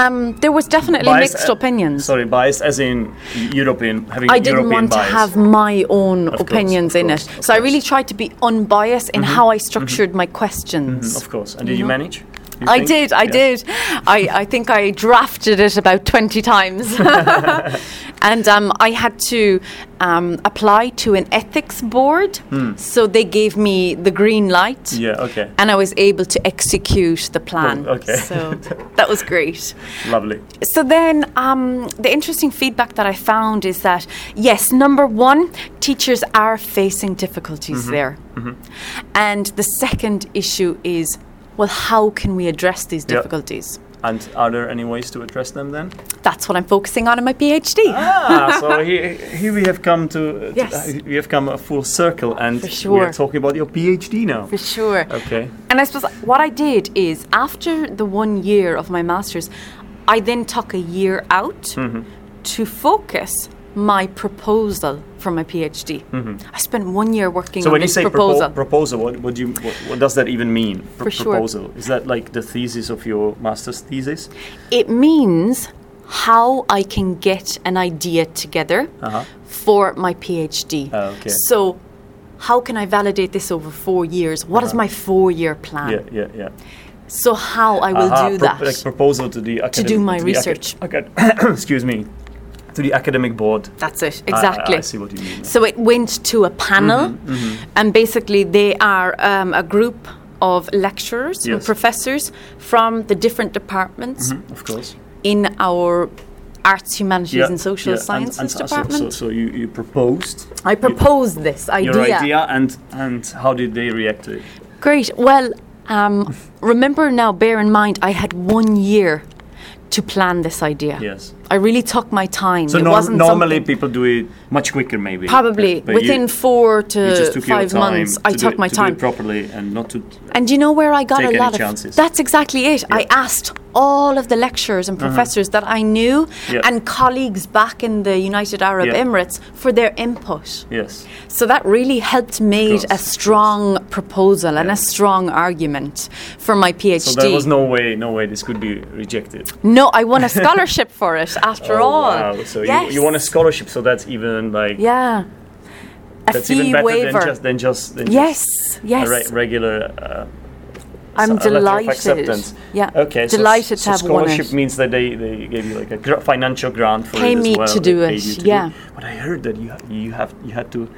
[SPEAKER 2] Um, there was definitely
[SPEAKER 1] Biased,
[SPEAKER 2] mixed
[SPEAKER 1] uh,
[SPEAKER 2] opinions.
[SPEAKER 1] Sorry, biased as in European, having
[SPEAKER 2] I didn't
[SPEAKER 1] European
[SPEAKER 2] want
[SPEAKER 1] bias.
[SPEAKER 2] to have my own
[SPEAKER 1] course,
[SPEAKER 2] opinions
[SPEAKER 1] of
[SPEAKER 2] in
[SPEAKER 1] course, of
[SPEAKER 2] it. So I
[SPEAKER 1] course. Mm-hmm.
[SPEAKER 2] really tried to be unbiased in how I structured my questions.
[SPEAKER 1] Of course. And did you manage? Mm-hmm. You
[SPEAKER 2] I
[SPEAKER 1] think?
[SPEAKER 2] did, I
[SPEAKER 1] Yeah.
[SPEAKER 2] did. I, I think I drafted it about 20 times. and um, I had to um, apply to an ethics board.
[SPEAKER 1] Hmm.
[SPEAKER 2] So they gave me the green light.
[SPEAKER 1] Yeah, okay.
[SPEAKER 2] And I was able to execute the plan.
[SPEAKER 1] Oh, okay.
[SPEAKER 2] So that was great.
[SPEAKER 1] Lovely.
[SPEAKER 2] So then, um, the interesting feedback that I found is that yes, number one, teachers are facing difficulties
[SPEAKER 1] Mm-hmm.
[SPEAKER 2] there, and the second issue is, well, how can we address these
[SPEAKER 1] Yeah.
[SPEAKER 2] difficulties?
[SPEAKER 1] And are there any ways to address them then?
[SPEAKER 2] That's what I'm focusing on in my PhD.
[SPEAKER 1] ah, so here, here we have come to,
[SPEAKER 2] Yes.
[SPEAKER 1] to- we have come a full circle, and we are
[SPEAKER 2] sure.
[SPEAKER 1] talking about your PhD now.
[SPEAKER 2] For sure.
[SPEAKER 1] Okay.
[SPEAKER 2] And I suppose what I did is after the one year of my master's, I then took a year out
[SPEAKER 1] Mm-hmm.
[SPEAKER 2] to focus my proposal for my PhD. I spent one year
[SPEAKER 1] Mm-hmm.
[SPEAKER 2] working
[SPEAKER 1] So
[SPEAKER 2] on
[SPEAKER 1] when you
[SPEAKER 2] this
[SPEAKER 1] say propo-
[SPEAKER 2] proposal.
[SPEAKER 1] proposal, what, what do you what, what does that even mean? Pro-
[SPEAKER 2] For sure.
[SPEAKER 1] proposal is that like the thesis of your master's thesis?
[SPEAKER 2] It means how I can get an idea together
[SPEAKER 1] Uh-huh.
[SPEAKER 2] for my PhD.
[SPEAKER 1] Ah, okay.
[SPEAKER 2] So, how can I validate this over four years? What is my four year plan?
[SPEAKER 1] Uh-huh. Yeah, yeah, yeah.
[SPEAKER 2] So, how I will
[SPEAKER 1] Aha,
[SPEAKER 2] do
[SPEAKER 1] pro-
[SPEAKER 2] that?
[SPEAKER 1] Like proposal to the academic,
[SPEAKER 2] my
[SPEAKER 1] the aca-
[SPEAKER 2] research.
[SPEAKER 1] acad- excuse me, to the academic board.
[SPEAKER 2] That's it,
[SPEAKER 1] Ah, I- I-
[SPEAKER 2] exactly.
[SPEAKER 1] I, see what you mean.
[SPEAKER 2] So it went to a panel,
[SPEAKER 1] Mm-hmm,
[SPEAKER 2] and basically they are um, a group of lecturers and
[SPEAKER 1] Yes. Mm-hmm.
[SPEAKER 2] professors from the different departments
[SPEAKER 1] Of course.
[SPEAKER 2] in our arts, humanities, and social
[SPEAKER 1] yeah, and-
[SPEAKER 2] sciences
[SPEAKER 1] and so- so-
[SPEAKER 2] department.
[SPEAKER 1] So, so, you, you proposed
[SPEAKER 2] I proposed this idea.
[SPEAKER 1] your idea, and and how did they react to it?
[SPEAKER 2] Great. Well, um, remember now, bear in mind, I had one year to plan this idea.
[SPEAKER 1] Yes.
[SPEAKER 2] I really took my time.
[SPEAKER 1] So
[SPEAKER 2] it
[SPEAKER 1] norm-
[SPEAKER 2] wasn't
[SPEAKER 1] normally
[SPEAKER 2] something-
[SPEAKER 1] people do it much quicker, maybe.
[SPEAKER 2] Probably
[SPEAKER 1] but- but you-
[SPEAKER 2] within four to
[SPEAKER 1] you just took your
[SPEAKER 2] five
[SPEAKER 1] time
[SPEAKER 2] months,
[SPEAKER 1] to
[SPEAKER 2] I
[SPEAKER 1] do
[SPEAKER 2] took
[SPEAKER 1] it-
[SPEAKER 2] my
[SPEAKER 1] to do
[SPEAKER 2] time.
[SPEAKER 1] it properly and not to
[SPEAKER 2] And do you know where I got
[SPEAKER 1] Take
[SPEAKER 2] a
[SPEAKER 1] any
[SPEAKER 2] lot of
[SPEAKER 1] chances.
[SPEAKER 2] That's exactly it. I asked all of the lecturers and professors that I knew
[SPEAKER 1] Uh-huh. Yeah.
[SPEAKER 2] and colleagues back in the United Arab
[SPEAKER 1] Yeah.
[SPEAKER 2] Emirates for their input.
[SPEAKER 1] yes.
[SPEAKER 2] So that really helped
[SPEAKER 1] course,
[SPEAKER 2] made
[SPEAKER 1] of
[SPEAKER 2] a
[SPEAKER 1] course.
[SPEAKER 2] strong proposal and a strong argument for my PhD.
[SPEAKER 1] So there was no way, no way this could be rejected. Oh,
[SPEAKER 2] No, I won a scholarship for it after all.
[SPEAKER 1] wow! So you, you won a scholarship, so that's even like
[SPEAKER 2] Yeah. A
[SPEAKER 1] that's even
[SPEAKER 2] fee
[SPEAKER 1] better
[SPEAKER 2] waiver.
[SPEAKER 1] than just than just than
[SPEAKER 2] yes,
[SPEAKER 1] just
[SPEAKER 2] yes.
[SPEAKER 1] a re- regular. Uh,
[SPEAKER 2] I'm
[SPEAKER 1] a letter of
[SPEAKER 2] delighted.
[SPEAKER 1] acceptance.
[SPEAKER 2] Yeah.
[SPEAKER 1] Okay. so s-
[SPEAKER 2] Delighted
[SPEAKER 1] so
[SPEAKER 2] to have won it.
[SPEAKER 1] scholarship means that they, they gave you like a gr- financial grant for
[SPEAKER 2] Pay
[SPEAKER 1] it as
[SPEAKER 2] me
[SPEAKER 1] well,
[SPEAKER 2] to
[SPEAKER 1] they
[SPEAKER 2] do
[SPEAKER 1] paid
[SPEAKER 2] it,
[SPEAKER 1] you to
[SPEAKER 2] yeah.
[SPEAKER 1] it. But I heard that you ha- you have you had to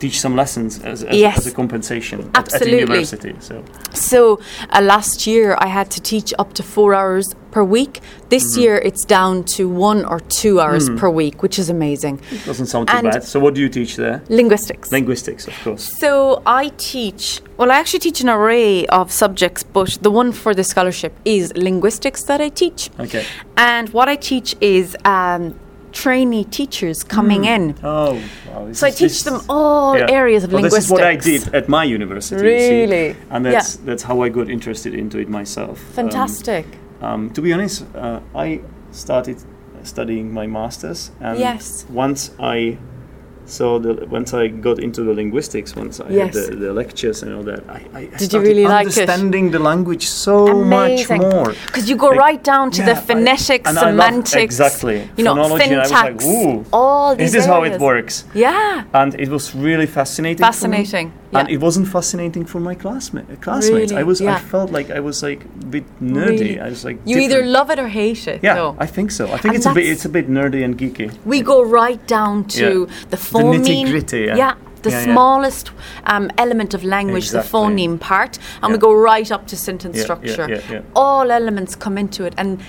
[SPEAKER 1] teach some lessons as, as,
[SPEAKER 2] Yes.
[SPEAKER 1] as a compensation at-
[SPEAKER 2] Absolutely.
[SPEAKER 1] at, the university. So
[SPEAKER 2] So uh, last year I had to teach up to four hours per week. This
[SPEAKER 1] Mm-hmm.
[SPEAKER 2] year it's down to one or two hours
[SPEAKER 1] Mm.
[SPEAKER 2] per week, which is amazing.
[SPEAKER 1] doesn't sound too
[SPEAKER 2] And-
[SPEAKER 1] bad. So what do you teach there?
[SPEAKER 2] Linguistics.
[SPEAKER 1] Linguistics, of course.
[SPEAKER 2] so I teach, well, I actually teach an array of subjects, but the one for the scholarship is linguistics that I teach.
[SPEAKER 1] Okay.
[SPEAKER 2] And what I teach is um, trainee teachers coming in.
[SPEAKER 1] Oh, wow. this
[SPEAKER 2] So I
[SPEAKER 1] is- this-
[SPEAKER 2] teach them all
[SPEAKER 1] Yeah.
[SPEAKER 2] areas of
[SPEAKER 1] well,
[SPEAKER 2] linguistics.
[SPEAKER 1] This is what I did at my university. you see.
[SPEAKER 2] Really?
[SPEAKER 1] And
[SPEAKER 2] Yeah.
[SPEAKER 1] that's that's how I got interested into it myself. Um,
[SPEAKER 2] Fantastic.
[SPEAKER 1] um, to be honest, uh, I started studying my masters, and
[SPEAKER 2] Yes.
[SPEAKER 1] once I saw the once I got into the linguistics, once I
[SPEAKER 2] Yes.
[SPEAKER 1] had the, the lectures and all that, I, I
[SPEAKER 2] Did you really like it?
[SPEAKER 1] understanding the language so
[SPEAKER 2] Amazing.
[SPEAKER 1] much more.
[SPEAKER 2] Because you go
[SPEAKER 1] Like,
[SPEAKER 2] right down to the
[SPEAKER 1] yeah, I-
[SPEAKER 2] phonetics,
[SPEAKER 1] and I love-
[SPEAKER 2] semantics,
[SPEAKER 1] exactly.
[SPEAKER 2] You know,
[SPEAKER 1] Phonology, and I was
[SPEAKER 2] syntax,
[SPEAKER 1] like, "Ooh,
[SPEAKER 2] all these.
[SPEAKER 1] This is how it
[SPEAKER 2] areas.
[SPEAKER 1] works.
[SPEAKER 2] Yeah,
[SPEAKER 1] and it was really fascinating. for me.
[SPEAKER 2] Fascinating, yeah.
[SPEAKER 1] And it wasn't fascinating for my classma- classmates. I
[SPEAKER 2] Really,
[SPEAKER 1] was, I
[SPEAKER 2] yeah.
[SPEAKER 1] felt like I was like a bit nerdy.
[SPEAKER 2] Really.
[SPEAKER 1] I was like,
[SPEAKER 2] you either
[SPEAKER 1] different.
[SPEAKER 2] love it or hate it.
[SPEAKER 1] yeah,
[SPEAKER 2] though.
[SPEAKER 1] I think so. I think
[SPEAKER 2] And
[SPEAKER 1] it's a bit,
[SPEAKER 2] that's-
[SPEAKER 1] it's a bit nerdy and geeky.
[SPEAKER 2] we go right down to
[SPEAKER 1] Yeah.
[SPEAKER 2] the
[SPEAKER 1] The nitty
[SPEAKER 2] phoneme.
[SPEAKER 1] gritty, yeah.
[SPEAKER 2] the
[SPEAKER 1] Yeah, yeah.
[SPEAKER 2] smallest um, element of language,
[SPEAKER 1] Exactly.
[SPEAKER 2] the phoneme part, and we
[SPEAKER 1] Yeah.
[SPEAKER 2] go right up to sentence
[SPEAKER 1] Yeah, yeah,
[SPEAKER 2] structure.
[SPEAKER 1] yeah, yeah.
[SPEAKER 2] All elements come into it, and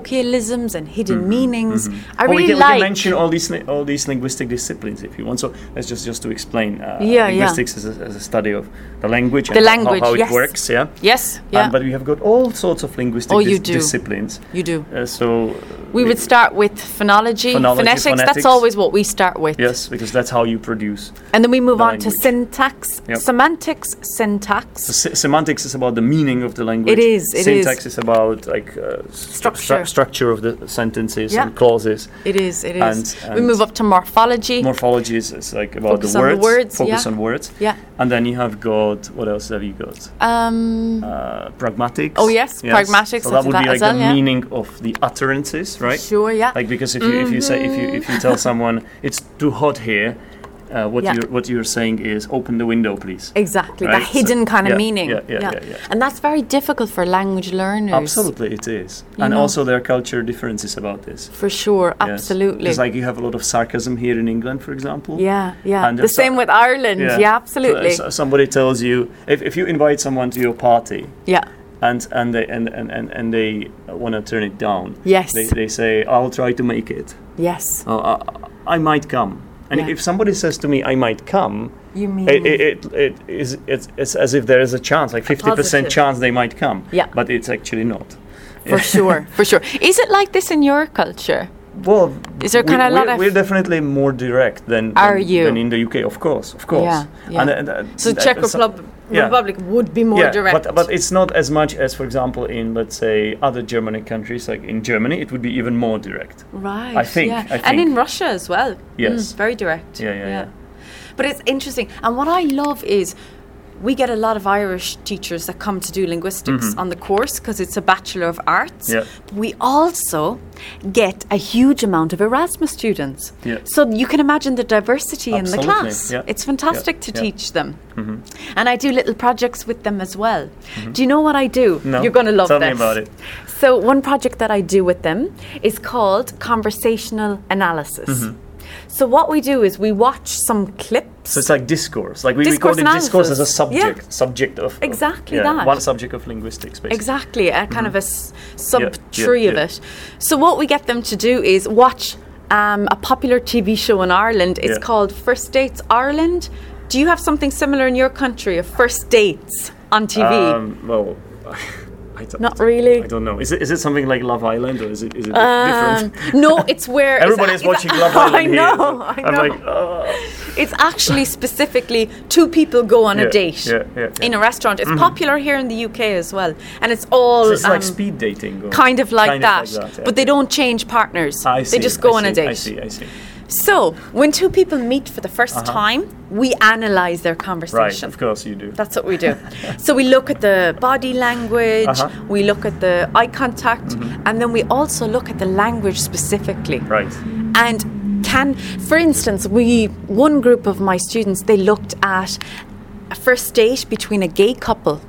[SPEAKER 2] colloquialisms and hidden meanings. I
[SPEAKER 1] Mm-hmm, Or
[SPEAKER 2] really
[SPEAKER 1] we, can, we
[SPEAKER 2] like.
[SPEAKER 1] can mention all these li- all these linguistic disciplines if you want. So that's just just to explain uh,
[SPEAKER 2] Yeah, yeah.
[SPEAKER 1] linguistics as, a, as a study of the language and
[SPEAKER 2] The
[SPEAKER 1] how-
[SPEAKER 2] language,
[SPEAKER 1] how, it
[SPEAKER 2] yes.
[SPEAKER 1] works. Yeah.
[SPEAKER 2] yes, yeah,
[SPEAKER 1] Um, but we have got all sorts of linguistic
[SPEAKER 2] Oh, you
[SPEAKER 1] dis-
[SPEAKER 2] do.
[SPEAKER 1] disciplines.
[SPEAKER 2] you do.
[SPEAKER 1] Uh, so uh,
[SPEAKER 2] We would start with phonology,
[SPEAKER 1] Phonology,
[SPEAKER 2] phonetics,
[SPEAKER 1] phonetics.
[SPEAKER 2] That's always what we start with.
[SPEAKER 1] yes, because that's how you produce.
[SPEAKER 2] And then we we move
[SPEAKER 1] the
[SPEAKER 2] on to
[SPEAKER 1] language.
[SPEAKER 2] syntax,
[SPEAKER 1] Yep.
[SPEAKER 2] semantics, syntax.
[SPEAKER 1] S- semantics is about the meaning of the language.
[SPEAKER 2] It is, it
[SPEAKER 1] Syntax
[SPEAKER 2] is.
[SPEAKER 1] is about like uh, stru-
[SPEAKER 2] Structure.
[SPEAKER 1] stru- structure of the sentences
[SPEAKER 2] Yeah.
[SPEAKER 1] and clauses.
[SPEAKER 2] It is, it is.
[SPEAKER 1] And-
[SPEAKER 2] we
[SPEAKER 1] and-
[SPEAKER 2] move up to morphology.
[SPEAKER 1] Morphology is, is like about
[SPEAKER 2] Focus
[SPEAKER 1] the
[SPEAKER 2] on the
[SPEAKER 1] words.
[SPEAKER 2] words,
[SPEAKER 1] Focus
[SPEAKER 2] yeah.
[SPEAKER 1] on words.
[SPEAKER 2] yeah.
[SPEAKER 1] And then you have got what else have you got?
[SPEAKER 2] Um,
[SPEAKER 1] Uh, pragmatics.
[SPEAKER 2] Oh, yes, pragmatics,
[SPEAKER 1] So that
[SPEAKER 2] I'll do
[SPEAKER 1] would
[SPEAKER 2] that
[SPEAKER 1] be
[SPEAKER 2] as
[SPEAKER 1] like
[SPEAKER 2] well,
[SPEAKER 1] the
[SPEAKER 2] yeah.
[SPEAKER 1] meaning of the utterances, right?
[SPEAKER 2] Sure, yeah.
[SPEAKER 1] Like because if you if you say if you if you tell someone it's too hot here, uh, what
[SPEAKER 2] Mm-hmm. Yeah.
[SPEAKER 1] you're what you're saying is open the window, please.
[SPEAKER 2] exactly,
[SPEAKER 1] Right,
[SPEAKER 2] the
[SPEAKER 1] so-
[SPEAKER 2] hidden kind of
[SPEAKER 1] yeah,
[SPEAKER 2] meaning.
[SPEAKER 1] yeah, yeah, yeah, yeah.
[SPEAKER 2] And that's very difficult for language learners.
[SPEAKER 1] Absolutely, it is, and
[SPEAKER 2] know.
[SPEAKER 1] also there are culture differences about this.
[SPEAKER 2] For sure, absolutely.
[SPEAKER 1] It's like you have a lot of sarcasm here in England, for example.
[SPEAKER 2] yeah, yeah.
[SPEAKER 1] And
[SPEAKER 2] The
[SPEAKER 1] there's
[SPEAKER 2] same
[SPEAKER 1] a-
[SPEAKER 2] with Ireland. Yeah, absolutely.
[SPEAKER 1] So, uh, so somebody tells you if, if you invite someone to your party
[SPEAKER 2] yeah.
[SPEAKER 1] and and they and and, and, and they want to turn it down.
[SPEAKER 2] Yes.
[SPEAKER 1] They, they say I'll try to make it.
[SPEAKER 2] Yes.
[SPEAKER 1] Oh, I, I might come. And
[SPEAKER 2] Yeah. Mm-hmm.
[SPEAKER 1] if somebody says to me I might come,
[SPEAKER 2] You mean
[SPEAKER 1] it, it, it, it is it's, it's as if there is a chance, like fifty
[SPEAKER 2] positive.
[SPEAKER 1] percent chance they might come.
[SPEAKER 2] Yeah.
[SPEAKER 1] But it's actually not.
[SPEAKER 2] for sure, for sure. Is it like this in your culture?
[SPEAKER 1] Well,
[SPEAKER 2] Is there
[SPEAKER 1] we-
[SPEAKER 2] kinda a lot
[SPEAKER 1] we're,
[SPEAKER 2] of-
[SPEAKER 1] We're definitely more direct than
[SPEAKER 2] Are
[SPEAKER 1] than,
[SPEAKER 2] you?
[SPEAKER 1] than in the UK, of course, of course.
[SPEAKER 2] yeah.
[SPEAKER 1] And, uh,
[SPEAKER 2] So
[SPEAKER 1] that-
[SPEAKER 2] Czech
[SPEAKER 1] that's-
[SPEAKER 2] Republic,
[SPEAKER 1] yeah.
[SPEAKER 2] Republic would be more
[SPEAKER 1] yeah,
[SPEAKER 2] direct.
[SPEAKER 1] But, but it's not as much as, for example, in let's say other Germanic countries, like in Germany, it would be even more direct.
[SPEAKER 2] right.
[SPEAKER 1] I think-
[SPEAKER 2] Yeah.
[SPEAKER 1] I
[SPEAKER 2] And
[SPEAKER 1] think.
[SPEAKER 2] in Russia as well. Mm,
[SPEAKER 1] Yes.
[SPEAKER 2] very direct.
[SPEAKER 1] Yeah, yeah, yeah.
[SPEAKER 2] But it's interesting. And what I love is we get a lot of Irish teachers that come to do linguistics on the course because it's a Bachelor of Arts.
[SPEAKER 1] Mm-hmm. Yeah.
[SPEAKER 2] We also get a huge amount of Erasmus students.
[SPEAKER 1] Yeah.
[SPEAKER 2] So you can imagine the diversity in the
[SPEAKER 1] Absolutely,
[SPEAKER 2] class.
[SPEAKER 1] yeah.
[SPEAKER 2] It's fantastic
[SPEAKER 1] Yeah, Mm-hmm. yeah.
[SPEAKER 2] to teach them. And I do little projects with them as well. Do you know what I do?
[SPEAKER 1] Mm-hmm. No.
[SPEAKER 2] You're going to love
[SPEAKER 1] Tell me
[SPEAKER 2] this.
[SPEAKER 1] about it.
[SPEAKER 2] So, one project that I do with them is called conversational analysis.
[SPEAKER 1] Mm-hmm.
[SPEAKER 2] So, what we do is we watch some clips.
[SPEAKER 1] So it's like discourse. Like we we
[SPEAKER 2] Discourse
[SPEAKER 1] call it discourse as a
[SPEAKER 2] analysis. Yeah.
[SPEAKER 1] subject, subject of of-
[SPEAKER 2] Exactly
[SPEAKER 1] yeah,
[SPEAKER 2] that.
[SPEAKER 1] One subject of linguistics, basically.
[SPEAKER 2] Exactly, a kind of a s- sub
[SPEAKER 1] Mm-hmm. yeah,
[SPEAKER 2] tree of
[SPEAKER 1] yeah.
[SPEAKER 2] it. So, what we get them to do is watch um, a popular TV show in Ireland. It's
[SPEAKER 1] Yeah.
[SPEAKER 2] called First Dates Ireland. Do you have something similar in your country of first dates on TV?
[SPEAKER 1] Um, well, I don't,
[SPEAKER 2] Not really.
[SPEAKER 1] I don't know. Is it is it something like Love Island or is it is it
[SPEAKER 2] Um,
[SPEAKER 1] different?
[SPEAKER 2] no, it's where it's
[SPEAKER 1] Everybody
[SPEAKER 2] a-
[SPEAKER 1] is watching
[SPEAKER 2] it's-
[SPEAKER 1] Love Island.
[SPEAKER 2] I know,
[SPEAKER 1] Here.
[SPEAKER 2] I
[SPEAKER 1] am
[SPEAKER 2] know.
[SPEAKER 1] like, oh.
[SPEAKER 2] It's actually specifically two people go on a
[SPEAKER 1] Yeah,
[SPEAKER 2] date
[SPEAKER 1] yeah, yeah, yeah. Mm-hmm.
[SPEAKER 2] in a restaurant. It's popular here in the UK as well, and it's all
[SPEAKER 1] So it's
[SPEAKER 2] um,
[SPEAKER 1] like speed dating. Or
[SPEAKER 2] kind of like
[SPEAKER 1] kind
[SPEAKER 2] that.
[SPEAKER 1] yeah.
[SPEAKER 2] But they don't change partners.
[SPEAKER 1] I see,
[SPEAKER 2] they just go
[SPEAKER 1] I
[SPEAKER 2] on a
[SPEAKER 1] see,
[SPEAKER 2] date.
[SPEAKER 1] I see. I see.
[SPEAKER 2] So when two people meet for the 1st time, we analyze their
[SPEAKER 1] Right.
[SPEAKER 2] conversation.
[SPEAKER 1] Of course you do.
[SPEAKER 2] That's what we do. so we look at the body language,
[SPEAKER 1] Uh-huh. Mm-hmm.
[SPEAKER 2] we look at the eye contact, and then we also look at the language specifically.
[SPEAKER 1] Right.
[SPEAKER 2] And can, for instance, we one group of my students they looked at a first date between a gay couple.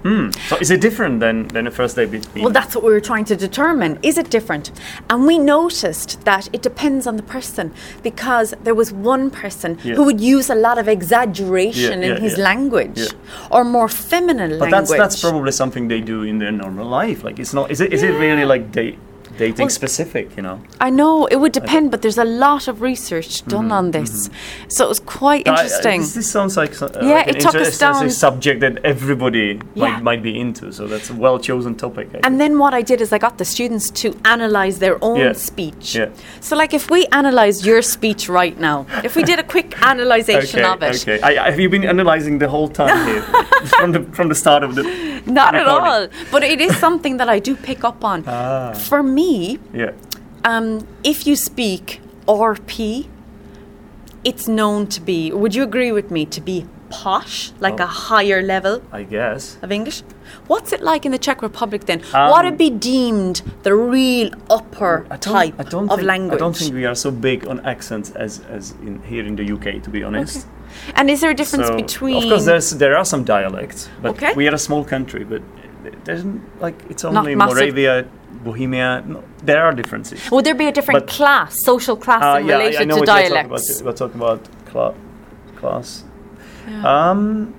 [SPEAKER 1] So is it different than than a first date between?
[SPEAKER 2] Well, that's what we were trying to determine. Is it different? And we noticed that it depends on the person because there was one person
[SPEAKER 1] Yeah.
[SPEAKER 2] who would use a lot of exaggeration
[SPEAKER 1] Yeah,
[SPEAKER 2] in
[SPEAKER 1] yeah,
[SPEAKER 2] his
[SPEAKER 1] yeah.
[SPEAKER 2] language
[SPEAKER 1] Yeah.
[SPEAKER 2] or more feminine
[SPEAKER 1] But
[SPEAKER 2] language.
[SPEAKER 1] that's that's probably something they do in their normal life. Like it's not. Is it is it really like date dating specific? You know.
[SPEAKER 2] I know it would depend, but there's a lot of research done on this, so it was quite
[SPEAKER 1] Mm-hmm, I- I-
[SPEAKER 2] interesting.
[SPEAKER 1] this, this sounds like, so- uh,
[SPEAKER 2] Yeah,
[SPEAKER 1] like
[SPEAKER 2] it
[SPEAKER 1] an
[SPEAKER 2] took us
[SPEAKER 1] interesting
[SPEAKER 2] down-
[SPEAKER 1] subject that everybody
[SPEAKER 2] Yeah.
[SPEAKER 1] might, might be into. So that's a well chosen topic. I
[SPEAKER 2] And then what I did is I got the students to analyze their own
[SPEAKER 1] Yeah.
[SPEAKER 2] speech.
[SPEAKER 1] Yeah.
[SPEAKER 2] So, like, if we analyze your speech right now, if we did a quick
[SPEAKER 1] think.
[SPEAKER 2] analyzation
[SPEAKER 1] okay,
[SPEAKER 2] of it,
[SPEAKER 1] okay. I, I- have you been analyzing the whole time here from the from the start of the?
[SPEAKER 2] not at
[SPEAKER 1] recording. Ah.
[SPEAKER 2] all. But it is something that I do pick up on. For me,
[SPEAKER 1] Yeah,
[SPEAKER 2] um, if you speak RP, it's known to be, would you agree with me, to be posh, like
[SPEAKER 1] Oh.
[SPEAKER 2] a higher level?
[SPEAKER 1] I guess.
[SPEAKER 2] of English. What's it like in the Czech Republic then? what would be deemed the real upper
[SPEAKER 1] Um, I don't,
[SPEAKER 2] type
[SPEAKER 1] I don't
[SPEAKER 2] of
[SPEAKER 1] think,
[SPEAKER 2] language?
[SPEAKER 1] I don't think we are so big on accents as as in here in the UK. To be honest.
[SPEAKER 2] and is there a difference
[SPEAKER 1] So,
[SPEAKER 2] between?
[SPEAKER 1] Of course, there's there are some dialects, but
[SPEAKER 2] Okay.
[SPEAKER 1] we are a small country, but there's n- like it's only
[SPEAKER 2] massive.
[SPEAKER 1] Moravia, Bohemia. No, there are differences.
[SPEAKER 2] Would there be a different
[SPEAKER 1] but-
[SPEAKER 2] class, social class,
[SPEAKER 1] Uh,
[SPEAKER 2] in
[SPEAKER 1] yeah, I- I
[SPEAKER 2] relation
[SPEAKER 1] know
[SPEAKER 2] to
[SPEAKER 1] what you're talking
[SPEAKER 2] dialects?
[SPEAKER 1] about. We're talking about cla- class. Um,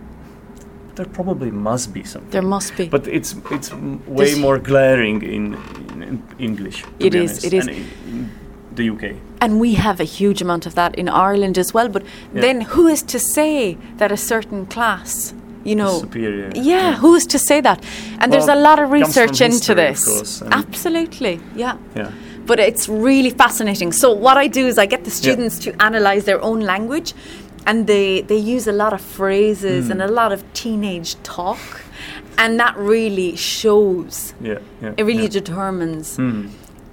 [SPEAKER 1] there probably must be something,
[SPEAKER 2] There must be.
[SPEAKER 1] but it's it's m- way
[SPEAKER 2] There's-
[SPEAKER 1] more glaring in, in, in English. To
[SPEAKER 2] It
[SPEAKER 1] be
[SPEAKER 2] is,
[SPEAKER 1] honest,
[SPEAKER 2] it is.
[SPEAKER 1] and in, in the UK.
[SPEAKER 2] and we have a huge amount of that in Ireland as well. But then, who is to say that a certain class, you know,
[SPEAKER 1] superior.
[SPEAKER 2] Oh. Yeah, who is to say that? And there's a
[SPEAKER 1] Well,
[SPEAKER 2] lot of
[SPEAKER 1] it comes from
[SPEAKER 2] research
[SPEAKER 1] history,
[SPEAKER 2] into
[SPEAKER 1] of
[SPEAKER 2] this.
[SPEAKER 1] course, and-
[SPEAKER 2] Absolutely, yeah.
[SPEAKER 1] Yeah.
[SPEAKER 2] But it's really fascinating. So what I do is I get the students to analyze their own language. and they they use a lot of phrases
[SPEAKER 1] Hmm.
[SPEAKER 2] and a lot of teenage talk, and that really shows.
[SPEAKER 1] Yeah, yeah.
[SPEAKER 2] It really
[SPEAKER 1] yeah.
[SPEAKER 2] determines.
[SPEAKER 1] Mm.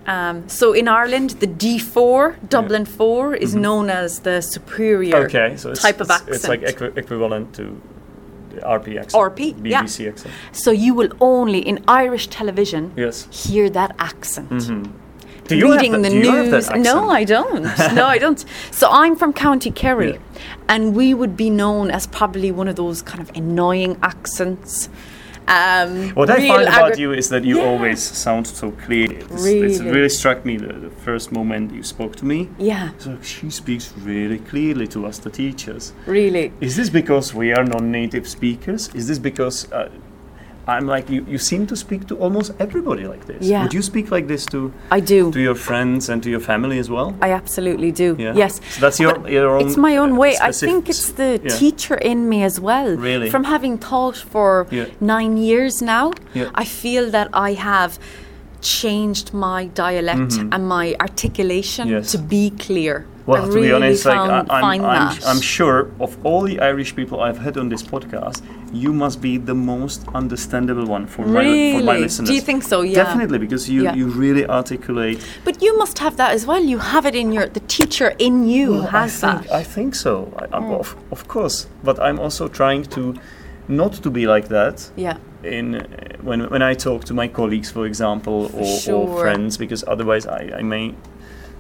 [SPEAKER 2] Um, so in Ireland, the D4 Dublin Four is known as the superior
[SPEAKER 1] Mm-hmm. Okay, so it's,
[SPEAKER 2] type of
[SPEAKER 1] it's,
[SPEAKER 2] accent.
[SPEAKER 1] it's like equi- equivalent to the RP accent.
[SPEAKER 2] RP, yeah.
[SPEAKER 1] BBC accent.
[SPEAKER 2] so you will only in Irish television
[SPEAKER 1] Yes. Mm-hmm.
[SPEAKER 2] hear that accent.
[SPEAKER 1] Do you
[SPEAKER 2] reading
[SPEAKER 1] have that,
[SPEAKER 2] the
[SPEAKER 1] do you have that
[SPEAKER 2] news. no,
[SPEAKER 1] accent?
[SPEAKER 2] I don't. No, I don't. So I'm from County Kerry,
[SPEAKER 1] Yeah.
[SPEAKER 2] and we would be known as probably one of those kind of annoying accents. Um,
[SPEAKER 1] What I
[SPEAKER 2] real
[SPEAKER 1] find about
[SPEAKER 2] aggra-
[SPEAKER 1] you is that you
[SPEAKER 2] Yeah.
[SPEAKER 1] always sound so clear. It's, it's
[SPEAKER 2] Really.
[SPEAKER 1] really struck me the, the first moment you spoke to me.
[SPEAKER 2] Yeah,
[SPEAKER 1] So she speaks really clearly to us, the teachers.
[SPEAKER 2] really.
[SPEAKER 1] Is this because we are non-native speakers? Is this because uh, I'm like you? You seem to speak to almost everybody like this.
[SPEAKER 2] Yeah.
[SPEAKER 1] Would you speak like this to
[SPEAKER 2] I do.
[SPEAKER 1] to your friends and to your family as well?
[SPEAKER 2] I absolutely do.
[SPEAKER 1] Yeah.
[SPEAKER 2] Yes.
[SPEAKER 1] So that's your-
[SPEAKER 2] But
[SPEAKER 1] your own,
[SPEAKER 2] It's my own
[SPEAKER 1] uh,
[SPEAKER 2] way. I
[SPEAKER 1] specific-
[SPEAKER 2] think it's the
[SPEAKER 1] yeah.
[SPEAKER 2] teacher in me as well.
[SPEAKER 1] Really?
[SPEAKER 2] From having taught for
[SPEAKER 1] Yeah.
[SPEAKER 2] nine years now,
[SPEAKER 1] Yeah.
[SPEAKER 2] I feel that I have changed my dialect and my articulation
[SPEAKER 1] Mm-hmm. Yes.
[SPEAKER 2] to be clear.
[SPEAKER 1] Well,
[SPEAKER 2] I
[SPEAKER 1] to
[SPEAKER 2] really
[SPEAKER 1] be honest,
[SPEAKER 2] found,
[SPEAKER 1] like, I, I'm,
[SPEAKER 2] find
[SPEAKER 1] I'm,
[SPEAKER 2] that.
[SPEAKER 1] I'm sure of all the Irish people I've had on this podcast, you must be the most understandable one for, my, for my
[SPEAKER 2] Really?
[SPEAKER 1] listeners.
[SPEAKER 2] Do you think so? Yeah.
[SPEAKER 1] Definitely, because you,
[SPEAKER 2] Yeah.
[SPEAKER 1] you really articulate.
[SPEAKER 2] But you must have that as well. You have it in your. The teacher in you has
[SPEAKER 1] I think,
[SPEAKER 2] that. Hmm.
[SPEAKER 1] I think so. I, I'm of, of course. But I'm also trying to not to be like that.
[SPEAKER 2] yeah.
[SPEAKER 1] in uh, when when I talk to my colleagues, for example, or, or
[SPEAKER 2] sure.
[SPEAKER 1] friends, because otherwise I, I may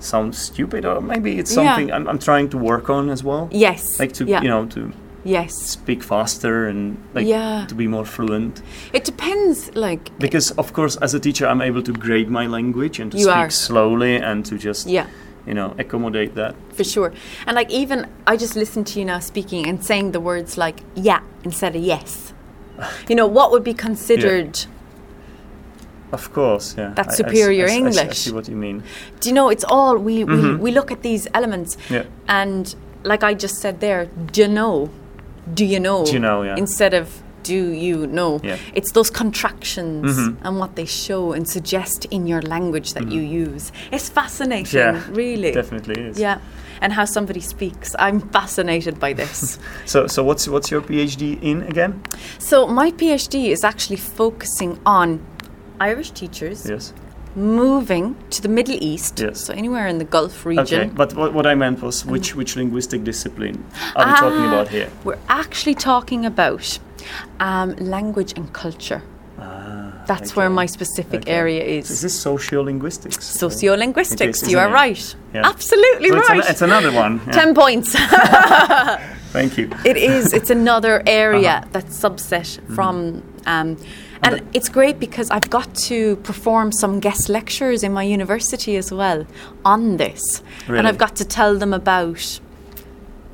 [SPEAKER 1] sound stupid, or maybe it's
[SPEAKER 2] Yeah.
[SPEAKER 1] something I'm, I'm trying to work on as well.
[SPEAKER 2] Yes.
[SPEAKER 1] Like to
[SPEAKER 2] yeah.
[SPEAKER 1] you know to
[SPEAKER 2] Yes.
[SPEAKER 1] speak faster and like
[SPEAKER 2] Yeah.
[SPEAKER 1] to be more fluent.
[SPEAKER 2] It depends. Like.
[SPEAKER 1] Because of course, as a teacher, I'm able to grade my language and to
[SPEAKER 2] You
[SPEAKER 1] speak
[SPEAKER 2] are.
[SPEAKER 1] slowly and to just
[SPEAKER 2] Yeah.
[SPEAKER 1] you know accommodate that.
[SPEAKER 2] For sure. And like even I just listen to you now speaking and saying the words like yeah instead of yes. You know, what would be considered
[SPEAKER 1] Of course, yeah.
[SPEAKER 2] That's
[SPEAKER 1] I- I s-
[SPEAKER 2] superior
[SPEAKER 1] I s- I s- I
[SPEAKER 2] English.
[SPEAKER 1] see what you mean.
[SPEAKER 2] do you know it's all we,
[SPEAKER 1] Mm-hmm.
[SPEAKER 2] we we look at these elements
[SPEAKER 1] Yeah.
[SPEAKER 2] and like I just said there, do you know? Do you know?
[SPEAKER 1] Do you know, yeah.
[SPEAKER 2] Instead of do you know?
[SPEAKER 1] Yeah. Mm-hmm.
[SPEAKER 2] It's those contractions and what they show and suggest in your language that you use. It's fascinating,
[SPEAKER 1] Mm-hmm. Yeah,
[SPEAKER 2] really.
[SPEAKER 1] Definitely is.
[SPEAKER 2] Yeah. And how somebody speaks. I'm fascinated by this.
[SPEAKER 1] So so what's what's your PhD in again?
[SPEAKER 2] So my PhD is actually focusing on Irish teachers
[SPEAKER 1] Yes.
[SPEAKER 2] moving to the Middle East,
[SPEAKER 1] Yes.
[SPEAKER 2] so anywhere in the Gulf
[SPEAKER 1] Okay,
[SPEAKER 2] region.
[SPEAKER 1] but what, what I meant was which which linguistic discipline are we talking
[SPEAKER 2] Mm. Ah,
[SPEAKER 1] about here?
[SPEAKER 2] We're actually talking about um, language and culture. That's where
[SPEAKER 1] Ah, okay.
[SPEAKER 2] my specific
[SPEAKER 1] Okay.
[SPEAKER 2] area
[SPEAKER 1] So is
[SPEAKER 2] is.
[SPEAKER 1] this sociolinguistics?
[SPEAKER 2] Sociolinguistics,
[SPEAKER 1] It is,
[SPEAKER 2] you are
[SPEAKER 1] isn't it?
[SPEAKER 2] right.
[SPEAKER 1] Yeah.
[SPEAKER 2] Absolutely
[SPEAKER 1] So it's,
[SPEAKER 2] right.
[SPEAKER 1] an, it's another one. Yeah,
[SPEAKER 2] 10 points.
[SPEAKER 1] Thank you.
[SPEAKER 2] it is. It's another area
[SPEAKER 1] Uh-huh.
[SPEAKER 2] that's subset
[SPEAKER 1] Mm-hmm.
[SPEAKER 2] from. Um, and it's great because I've got to perform some guest lectures in my university as well on this. And
[SPEAKER 1] Really?
[SPEAKER 2] I've got to tell them about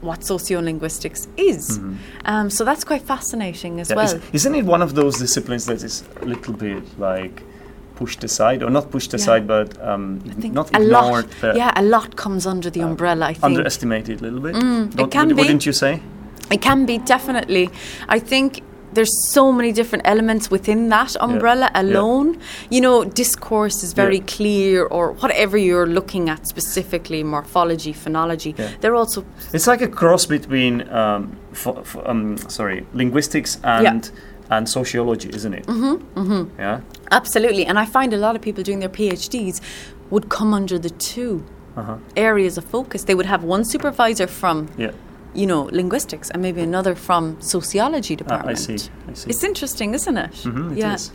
[SPEAKER 2] what sociolinguistics is. Um, so that's quite fascinating as
[SPEAKER 1] Mm-hmm. Yeah,
[SPEAKER 2] well.
[SPEAKER 1] is, isn't it one of those disciplines that is a little bit like pushed aside, or not pushed aside, but um,
[SPEAKER 2] I think
[SPEAKER 1] not
[SPEAKER 2] a
[SPEAKER 1] ignored, uh,
[SPEAKER 2] lot,
[SPEAKER 1] but
[SPEAKER 2] yeah, a lot comes under the umbrella, I think. Mm,
[SPEAKER 1] underestimated a little bit? Don't-
[SPEAKER 2] can
[SPEAKER 1] would-
[SPEAKER 2] be.
[SPEAKER 1] Wouldn't you say?
[SPEAKER 2] It can be definitely. I think there's so many different elements within that umbrella
[SPEAKER 1] yeah.
[SPEAKER 2] alone. You know, discourse is very
[SPEAKER 1] Yeah.
[SPEAKER 2] clear, or whatever you're looking at specifically, morphology, phonology.
[SPEAKER 1] Yeah.
[SPEAKER 2] They're also
[SPEAKER 1] It's like a cross between, um, f- f- um, sorry, linguistics and and sociology, isn't it? Mm-hmm. mm-hmm. Yeah.
[SPEAKER 2] absolutely, and I find a lot of people doing their PhDs would come under the 2
[SPEAKER 1] Uh-huh.
[SPEAKER 2] areas of focus. They would have one supervisor from.
[SPEAKER 1] Yeah.
[SPEAKER 2] You know, linguistics, and maybe another from sociology
[SPEAKER 1] Ah, I
[SPEAKER 2] department.
[SPEAKER 1] see. I see.
[SPEAKER 2] It's interesting, isn't it?
[SPEAKER 1] Mhm, it is.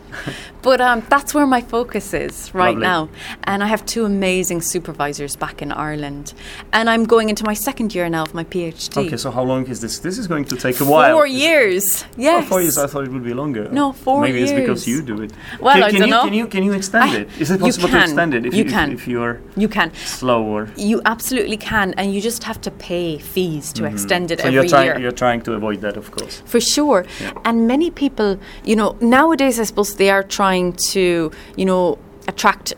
[SPEAKER 2] but um, that's where my focus is right
[SPEAKER 1] Lovely.
[SPEAKER 2] now. And I have two amazing supervisors back in Ireland. And I'm going into my second year now of my PhD.
[SPEAKER 1] Okay, so how long is this? This is going to take a while.
[SPEAKER 2] four
[SPEAKER 1] Is-
[SPEAKER 2] years.
[SPEAKER 1] Oh,
[SPEAKER 2] Yes.
[SPEAKER 1] four years. I thought it would be longer.
[SPEAKER 2] No, four
[SPEAKER 1] Maybe it's because
[SPEAKER 2] years.
[SPEAKER 1] you do it.
[SPEAKER 2] Well,
[SPEAKER 1] can,
[SPEAKER 2] I
[SPEAKER 1] can
[SPEAKER 2] don't
[SPEAKER 1] you,
[SPEAKER 2] know.
[SPEAKER 1] Can you can you extend
[SPEAKER 2] I-
[SPEAKER 1] it? Is it
[SPEAKER 2] you
[SPEAKER 1] possible to
[SPEAKER 2] can.
[SPEAKER 1] extend it if
[SPEAKER 2] You
[SPEAKER 1] if,
[SPEAKER 2] can.
[SPEAKER 1] if you're
[SPEAKER 2] you can.
[SPEAKER 1] slower?
[SPEAKER 2] You absolutely can. And you just have to pay fees to extend
[SPEAKER 1] Mm-hmm.
[SPEAKER 2] it
[SPEAKER 1] So
[SPEAKER 2] every
[SPEAKER 1] you're trying
[SPEAKER 2] year.
[SPEAKER 1] you're trying to avoid that, of course.
[SPEAKER 2] for sure. And many people, you know, nowadays I suppose they are trying to, you know, attract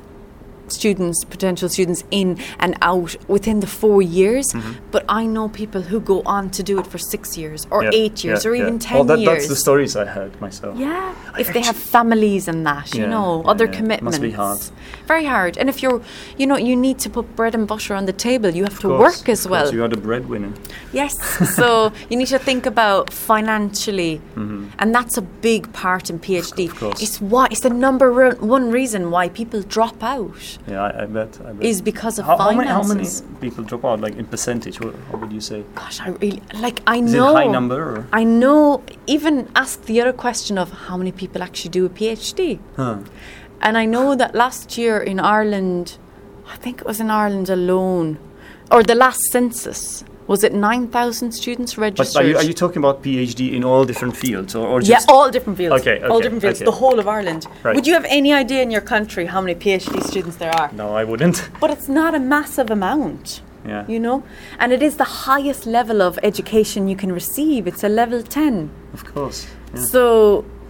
[SPEAKER 2] students, potential students, in and out within the four years. But I know people who go on to do it for six years or
[SPEAKER 1] Mm-hmm. Yeah,
[SPEAKER 2] eight years
[SPEAKER 1] yeah,
[SPEAKER 2] or
[SPEAKER 1] yeah.
[SPEAKER 2] even ten
[SPEAKER 1] oh, that,
[SPEAKER 2] years.
[SPEAKER 1] That's the stories I heard myself.
[SPEAKER 2] Yeah, if they have families and that, you
[SPEAKER 1] Yeah,
[SPEAKER 2] know,
[SPEAKER 1] yeah,
[SPEAKER 2] other
[SPEAKER 1] yeah. Must be
[SPEAKER 2] commitments.
[SPEAKER 1] hard.
[SPEAKER 2] Very hard. And if you're, you know, you need to put bread and butter on the table, you have to
[SPEAKER 1] Of course,
[SPEAKER 2] work as
[SPEAKER 1] of course,
[SPEAKER 2] well.
[SPEAKER 1] You are the breadwinner.
[SPEAKER 2] Yes. so you need to think about financially, and that's a big part in PhD.
[SPEAKER 1] Mm-hmm. Of course.
[SPEAKER 2] It's why it's the number ro- one reason why people drop out
[SPEAKER 1] Yeah, I, I bet. I bet.
[SPEAKER 2] is because of
[SPEAKER 1] how, how many,
[SPEAKER 2] finances.
[SPEAKER 1] how many people drop out, like in percentage? What, what would you say?
[SPEAKER 2] Gosh, I really like. I
[SPEAKER 1] Is
[SPEAKER 2] know.
[SPEAKER 1] it high number? Or?
[SPEAKER 2] I know. Even ask the other question of how many people actually do a PhD.
[SPEAKER 1] Huh.
[SPEAKER 2] And I know that last year in Ireland, I think it was in Ireland alone, or the last census, was it 9,000 students
[SPEAKER 1] But
[SPEAKER 2] registered?
[SPEAKER 1] are you, are you talking about PhD in all different fields, or, or
[SPEAKER 2] yeah,
[SPEAKER 1] just
[SPEAKER 2] all different fields.
[SPEAKER 1] Okay,
[SPEAKER 2] all
[SPEAKER 1] okay,
[SPEAKER 2] different fields.
[SPEAKER 1] okay.
[SPEAKER 2] The whole of Ireland.
[SPEAKER 1] Right.
[SPEAKER 2] Would you have any idea in your country how many PhD students there are?
[SPEAKER 1] No, I wouldn't.
[SPEAKER 2] But it's not a massive amount.
[SPEAKER 1] Yeah.
[SPEAKER 2] You know, and it is the highest level of education you can receive. It's a level ten.
[SPEAKER 1] Of course. Yeah.
[SPEAKER 2] So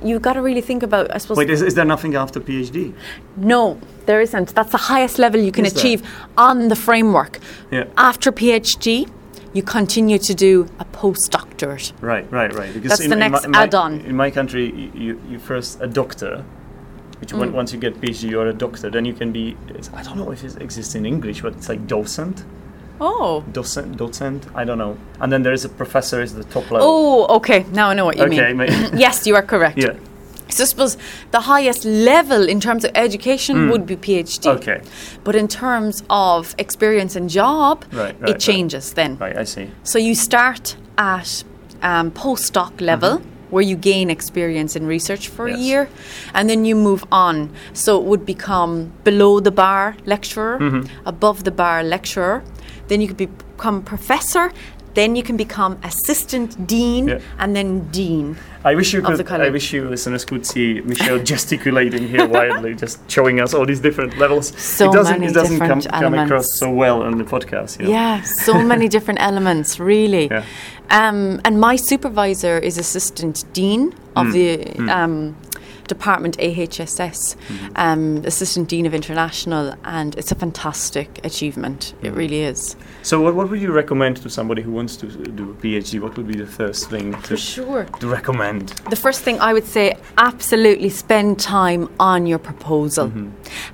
[SPEAKER 2] you've got to really think about. I suppose
[SPEAKER 1] Wait, is, is there nothing after PhD?
[SPEAKER 2] No, there isn't. That's the highest level you can
[SPEAKER 1] Is there?
[SPEAKER 2] achieve on the framework.
[SPEAKER 1] Yeah.
[SPEAKER 2] After PhD, you continue to do a postdoctorate.
[SPEAKER 1] Right, right, right. Because
[SPEAKER 2] That's the
[SPEAKER 1] my-
[SPEAKER 2] next
[SPEAKER 1] my,
[SPEAKER 2] add-on.
[SPEAKER 1] In my country, y- you you first a doctor, which
[SPEAKER 2] Mm.
[SPEAKER 1] when, once you get PhD, you're a doctor. Then you can be. It's, I don't know if it exists in English, but it's like docent,
[SPEAKER 2] Oh.
[SPEAKER 1] docent, docent. I don't know. And then there is a professor, is the top level.
[SPEAKER 2] Oh, okay. Now I know what you
[SPEAKER 1] Okay,
[SPEAKER 2] mean.
[SPEAKER 1] ma-
[SPEAKER 2] yes, you are correct.
[SPEAKER 1] Yeah.
[SPEAKER 2] So I suppose the highest level in terms of education would be PhD.
[SPEAKER 1] Hmm. Okay.
[SPEAKER 2] But in terms of experience and job,
[SPEAKER 1] Right, right,
[SPEAKER 2] it
[SPEAKER 1] right.
[SPEAKER 2] changes then.
[SPEAKER 1] Right, I see.
[SPEAKER 2] So you start at um, postdoc level. Where you gain experience in research for
[SPEAKER 1] Mm-hmm. Yes.
[SPEAKER 2] a year and then you move on. So it would become below the bar lecturer,
[SPEAKER 1] Mm-hmm.
[SPEAKER 2] above the bar lecturer. Then you could be- become professor, then you can become assistant dean,
[SPEAKER 1] Yeah.
[SPEAKER 2] and then dean.
[SPEAKER 1] I wish you could.
[SPEAKER 2] the
[SPEAKER 1] I wish you listeners could see Michelle gesticulating here wildly, just showing us all these different levels.
[SPEAKER 2] So
[SPEAKER 1] it doesn't.
[SPEAKER 2] many
[SPEAKER 1] it doesn't come,
[SPEAKER 2] different
[SPEAKER 1] come across
[SPEAKER 2] elements.
[SPEAKER 1] so well in the podcast. You know?
[SPEAKER 2] Yeah, so many different elements, really.
[SPEAKER 1] Yeah.
[SPEAKER 2] Um, and my supervisor is assistant dean of the Um, department AHSS, um, assistant dean of international, and it's a fantastic achievement. It really is.
[SPEAKER 1] So, what, what would you recommend to somebody who wants to do a PhD? What would be the first thing to,
[SPEAKER 2] Sure.
[SPEAKER 1] to recommend?
[SPEAKER 2] The first thing I would say absolutely spend time on your proposal.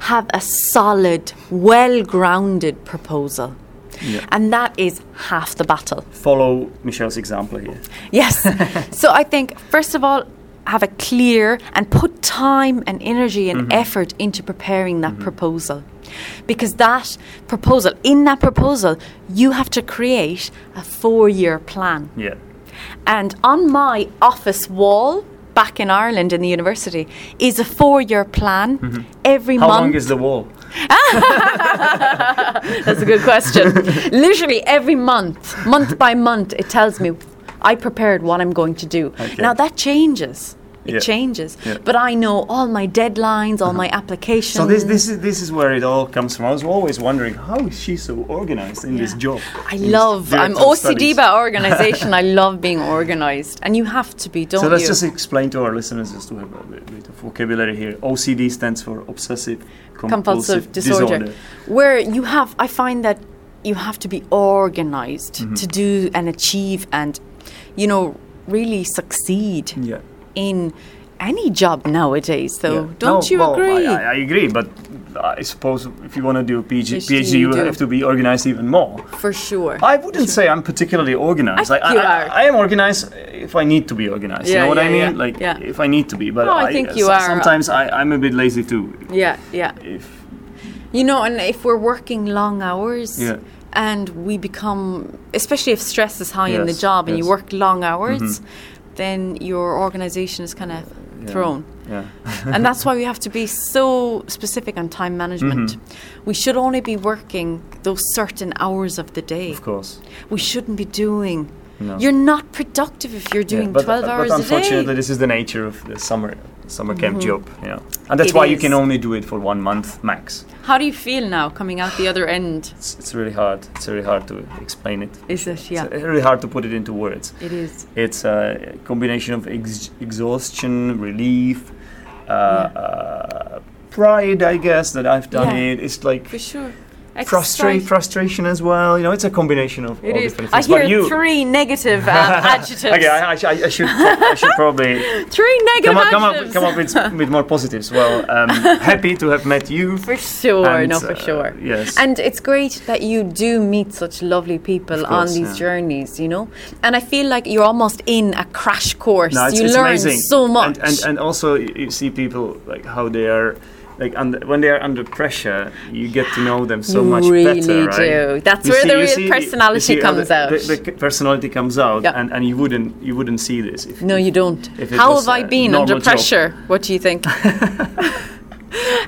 [SPEAKER 2] Have a solid, well grounded proposal.
[SPEAKER 1] Yeah.
[SPEAKER 2] And that is half the battle.
[SPEAKER 1] Follow Michelle's example here.
[SPEAKER 2] Yes. so I think, first of all, have a clear and put time and energy and
[SPEAKER 1] Mm-hmm.
[SPEAKER 2] effort into preparing that proposal. Because that proposal, in that proposal, you have to create a four year plan.
[SPEAKER 1] Yeah.
[SPEAKER 2] And on my office wall, Back in Ireland in the university is a four year plan every
[SPEAKER 1] Mm-hmm. How
[SPEAKER 2] month.
[SPEAKER 1] long is the wall?
[SPEAKER 2] That's a good question. Literally every month, month by month, it tells me I prepared what I'm going to do.
[SPEAKER 1] Okay.
[SPEAKER 2] Now that changes. It
[SPEAKER 1] Yeah.
[SPEAKER 2] changes.
[SPEAKER 1] Yeah. Uh-huh.
[SPEAKER 2] But I know all my deadlines, all my applications.
[SPEAKER 1] So this this is this is where it all comes from. I was always wondering how is she so organized in this
[SPEAKER 2] Yeah.
[SPEAKER 1] job?
[SPEAKER 2] I
[SPEAKER 1] in this
[SPEAKER 2] love. I'm
[SPEAKER 1] director of
[SPEAKER 2] OCD
[SPEAKER 1] studies?
[SPEAKER 2] by organization. I love being organized, and you have to be, don't
[SPEAKER 1] So let's
[SPEAKER 2] you?
[SPEAKER 1] just explain to our listeners just to have a bit, bit of vocabulary here. OCD stands for obsessive compulsive,
[SPEAKER 2] compulsive disorder, where you have i find that you have to be organized
[SPEAKER 1] Mm-hmm.
[SPEAKER 2] to do and achieve and you know really succeed
[SPEAKER 1] Yeah.
[SPEAKER 2] in any job nowadays though
[SPEAKER 1] Yeah.
[SPEAKER 2] don't
[SPEAKER 1] No,
[SPEAKER 2] you
[SPEAKER 1] well,
[SPEAKER 2] agree
[SPEAKER 1] I, I, I agree, but I suppose if you want to do a PhD,
[SPEAKER 2] PhD,
[SPEAKER 1] PhD you
[SPEAKER 2] you do.
[SPEAKER 1] have to be organized even more.
[SPEAKER 2] for sure
[SPEAKER 1] I wouldn't say I'm particularly organized.
[SPEAKER 2] I
[SPEAKER 1] Like,
[SPEAKER 2] think you
[SPEAKER 1] I,
[SPEAKER 2] are.
[SPEAKER 1] I, I am organized if I need to be organized. you
[SPEAKER 2] Yeah,
[SPEAKER 1] know what I
[SPEAKER 2] yeah,
[SPEAKER 1] mean?
[SPEAKER 2] yeah,
[SPEAKER 1] Like
[SPEAKER 2] yeah.
[SPEAKER 1] if I need to be, but
[SPEAKER 2] No, I think you
[SPEAKER 1] so-
[SPEAKER 2] are.
[SPEAKER 1] Sometimes I, I'm a bit lazy too.
[SPEAKER 2] yeah yeah
[SPEAKER 1] If
[SPEAKER 2] You know, and if we're working long hours
[SPEAKER 1] Yeah.
[SPEAKER 2] and we become, especially if stress is high in the
[SPEAKER 1] Yes,
[SPEAKER 2] job and you
[SPEAKER 1] yes. Mm-hmm.
[SPEAKER 2] work long hours, then your organization is kind of thrown.
[SPEAKER 1] yeah.
[SPEAKER 2] and that's why we have to be so specific on time management.
[SPEAKER 1] Mm-hmm.
[SPEAKER 2] We should only be working those certain hours of the day.
[SPEAKER 1] of course.
[SPEAKER 2] We shouldn't be doing.
[SPEAKER 1] No.
[SPEAKER 2] You're not productive if you're doing
[SPEAKER 1] Yeah, but, uh,
[SPEAKER 2] 12
[SPEAKER 1] but
[SPEAKER 2] hours a
[SPEAKER 1] unfortunately,
[SPEAKER 2] day. Mm-hmm.
[SPEAKER 1] this is the nature of the summer summer camp job. Yeah, and that's why you
[SPEAKER 2] is.
[SPEAKER 1] can only do it for one month max.
[SPEAKER 2] How do you feel now coming out the other end?
[SPEAKER 1] It's, it's really hard. It's really hard to explain it.
[SPEAKER 2] Is it? Yeah,
[SPEAKER 1] It's really hard to put it into words.
[SPEAKER 2] it is.
[SPEAKER 1] It's a combination of ex- exhaustion, relief, uh, uh, pride, I guess, that I've done
[SPEAKER 2] Yeah.
[SPEAKER 1] it. It's like
[SPEAKER 2] for sure.
[SPEAKER 1] frustrate,
[SPEAKER 2] Exercise.
[SPEAKER 1] frustration as well. You know, it's a combination of
[SPEAKER 2] It
[SPEAKER 1] all
[SPEAKER 2] is.
[SPEAKER 1] different
[SPEAKER 2] I
[SPEAKER 1] things.
[SPEAKER 2] hear
[SPEAKER 1] but you,
[SPEAKER 2] three negative um, adjectives.
[SPEAKER 1] okay, I, I, sh- I should, I should probably
[SPEAKER 2] three negative
[SPEAKER 1] come up, come up,
[SPEAKER 2] adjectives.
[SPEAKER 1] come up with, with more positives. Well, um, happy to have met you.
[SPEAKER 2] For sure,
[SPEAKER 1] And,
[SPEAKER 2] no, for
[SPEAKER 1] uh,
[SPEAKER 2] sure.
[SPEAKER 1] yes.
[SPEAKER 2] And it's great that you do meet such lovely people
[SPEAKER 1] Of course,
[SPEAKER 2] on these
[SPEAKER 1] yeah.
[SPEAKER 2] journeys, you know? And I feel like you're almost in a crash course.
[SPEAKER 1] No, it's,
[SPEAKER 2] you
[SPEAKER 1] it's
[SPEAKER 2] learn
[SPEAKER 1] amazing.
[SPEAKER 2] so much.
[SPEAKER 1] and, and and also y- you see people like how they are. Like under, when they are under pressure, you get to know them so
[SPEAKER 2] You
[SPEAKER 1] much
[SPEAKER 2] really
[SPEAKER 1] better, right?
[SPEAKER 2] do. That's
[SPEAKER 1] You
[SPEAKER 2] where the
[SPEAKER 1] you
[SPEAKER 2] real
[SPEAKER 1] you
[SPEAKER 2] personality
[SPEAKER 1] see how
[SPEAKER 2] comes
[SPEAKER 1] the-
[SPEAKER 2] out.
[SPEAKER 1] The, the personality comes out,
[SPEAKER 2] Yeah.
[SPEAKER 1] and, and you wouldn't you wouldn't see this. If
[SPEAKER 2] no, you don't.
[SPEAKER 1] If it
[SPEAKER 2] How
[SPEAKER 1] was
[SPEAKER 2] have I
[SPEAKER 1] a
[SPEAKER 2] been under
[SPEAKER 1] normal job.
[SPEAKER 2] pressure? What do you think?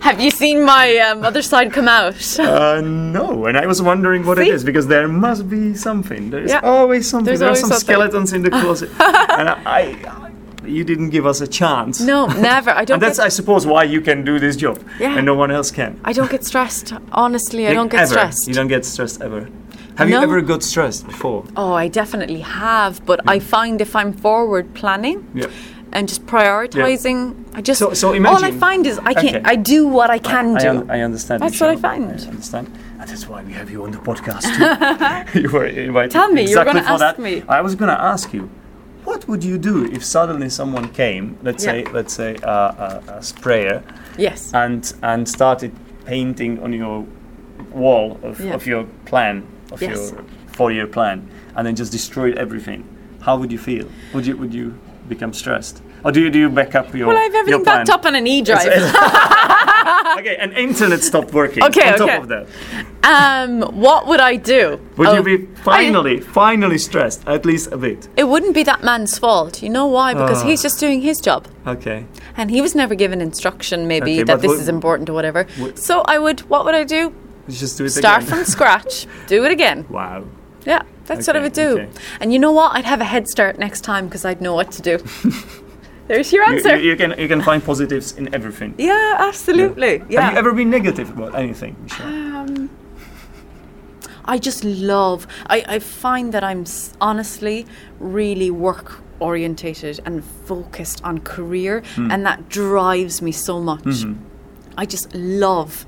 [SPEAKER 2] have you seen my um, other side come out?
[SPEAKER 1] Uh, no, and I was wondering what
[SPEAKER 2] See?
[SPEAKER 1] it is because there must be something. There's
[SPEAKER 2] Yeah.
[SPEAKER 1] always something.
[SPEAKER 2] There's
[SPEAKER 1] there
[SPEAKER 2] always
[SPEAKER 1] are some
[SPEAKER 2] something.
[SPEAKER 1] skeletons in the closet, and I, I, you didn't give us a chance.
[SPEAKER 2] No, never. I don't.
[SPEAKER 1] and that's
[SPEAKER 2] Get,
[SPEAKER 1] I suppose why you can do this job,
[SPEAKER 2] Yeah.
[SPEAKER 1] and no one else can.
[SPEAKER 2] I don't get stressed. Honestly, I
[SPEAKER 1] Like,
[SPEAKER 2] don't get
[SPEAKER 1] ever.
[SPEAKER 2] stressed.
[SPEAKER 1] You don't get stressed ever. Have you
[SPEAKER 2] No.
[SPEAKER 1] ever got stressed before?
[SPEAKER 2] Oh, I definitely have, but I find if I'm forward planning
[SPEAKER 1] Yeah.
[SPEAKER 2] and just prioritizing, I just
[SPEAKER 1] So- so
[SPEAKER 2] all I
[SPEAKER 1] imagine-
[SPEAKER 2] find is I can
[SPEAKER 1] Okay.
[SPEAKER 2] not I do what I can
[SPEAKER 1] I,
[SPEAKER 2] do.
[SPEAKER 1] un- I understand.
[SPEAKER 2] That's
[SPEAKER 1] you
[SPEAKER 2] what I
[SPEAKER 1] know,
[SPEAKER 2] find.
[SPEAKER 1] I understand. And that's why we have you on the podcast. Too. you were invited.
[SPEAKER 2] Tell me, you were
[SPEAKER 1] exactly
[SPEAKER 2] gonna
[SPEAKER 1] for
[SPEAKER 2] ask
[SPEAKER 1] that.
[SPEAKER 2] me.
[SPEAKER 1] I was going to ask you, what would you do if suddenly someone came, let's
[SPEAKER 2] Yeah.
[SPEAKER 1] say, let's say, uh, a, a sprayer,
[SPEAKER 2] yes.
[SPEAKER 1] and and started painting on your wall of,
[SPEAKER 2] Yeah.
[SPEAKER 1] of your plan of
[SPEAKER 2] Yes.
[SPEAKER 1] your four-year plan, and then just destroyed everything. How would you feel? Would you would you become stressed, or do you do you back up your
[SPEAKER 2] well, I have
[SPEAKER 1] your
[SPEAKER 2] everything
[SPEAKER 1] plan?
[SPEAKER 2] backed up on an e drive.
[SPEAKER 1] okay, and internet stopped working.
[SPEAKER 2] Okay,
[SPEAKER 1] on top
[SPEAKER 2] okay.
[SPEAKER 1] of that,
[SPEAKER 2] um, what would I do?
[SPEAKER 1] would
[SPEAKER 2] Oh,
[SPEAKER 1] you be finally finally stressed at least a bit?
[SPEAKER 2] It wouldn't be that man's fault. You know why? Because
[SPEAKER 1] Ah.
[SPEAKER 2] he's just doing his job.
[SPEAKER 1] Okay,
[SPEAKER 2] And he was never given instruction, maybe,
[SPEAKER 1] Okay,
[SPEAKER 2] that
[SPEAKER 1] but
[SPEAKER 2] this
[SPEAKER 1] what-
[SPEAKER 2] is important or whatever.
[SPEAKER 1] what-
[SPEAKER 2] so I would, what would I do?
[SPEAKER 1] let's just do it
[SPEAKER 2] Start
[SPEAKER 1] again.
[SPEAKER 2] from scratch, do it again.
[SPEAKER 1] wow.
[SPEAKER 2] Yeah, that's what I
[SPEAKER 1] Okay,
[SPEAKER 2] would do.
[SPEAKER 1] okay.
[SPEAKER 2] And you know what? I'd have a head start next time because I'd know what to do. There's your
[SPEAKER 1] You,
[SPEAKER 2] answer.
[SPEAKER 1] you- you can you can find positives in everything.
[SPEAKER 2] yeah, absolutely. Yeah.
[SPEAKER 1] Have you ever been negative about anything? Michelle?
[SPEAKER 2] Um, I just love. I, I find that I'm s- honestly really work orientated and focused on career,
[SPEAKER 1] Hmm.
[SPEAKER 2] and that drives me so much.
[SPEAKER 1] Mm-hmm.
[SPEAKER 2] I just love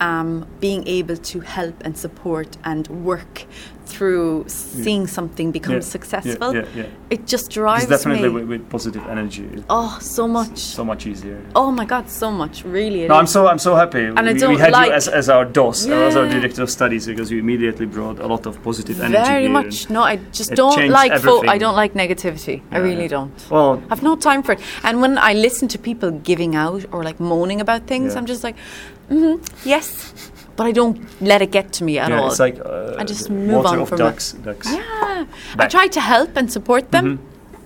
[SPEAKER 2] um, being able to help and support and work through seeing something become
[SPEAKER 1] Yeah, yeah,
[SPEAKER 2] successful.
[SPEAKER 1] yeah, yeah.
[SPEAKER 2] It just drives
[SPEAKER 1] It's definitely
[SPEAKER 2] me.
[SPEAKER 1] with, with positive energy. It's
[SPEAKER 2] Oh, so much.
[SPEAKER 1] so much easier.
[SPEAKER 2] Oh my god, so much, really. it
[SPEAKER 1] No, I'm
[SPEAKER 2] is.
[SPEAKER 1] so I'm so happy. And we,
[SPEAKER 2] I don't
[SPEAKER 1] we had
[SPEAKER 2] like-
[SPEAKER 1] you as, as our DOS, or as our
[SPEAKER 2] Yeah.
[SPEAKER 1] director of studies, because you immediately brought a lot of positive energy.
[SPEAKER 2] very
[SPEAKER 1] here.
[SPEAKER 2] much. No, I just
[SPEAKER 1] It
[SPEAKER 2] don't
[SPEAKER 1] changed
[SPEAKER 2] like fo- I
[SPEAKER 1] everything.
[SPEAKER 2] don't like negativity. I
[SPEAKER 1] Yeah,
[SPEAKER 2] really
[SPEAKER 1] yeah.
[SPEAKER 2] don't.
[SPEAKER 1] Well,
[SPEAKER 2] I've no time for it. And when I listen to people giving out or like moaning about things,
[SPEAKER 1] Yeah.
[SPEAKER 2] I'm just like, mm yes, but I don't let it get to me at
[SPEAKER 1] yeah,
[SPEAKER 2] all.
[SPEAKER 1] it's like uh,
[SPEAKER 2] I just move
[SPEAKER 1] water
[SPEAKER 2] on
[SPEAKER 1] of
[SPEAKER 2] from it.
[SPEAKER 1] ducks. ducks.
[SPEAKER 2] yeah, I
[SPEAKER 1] Back.
[SPEAKER 2] try to help and support them,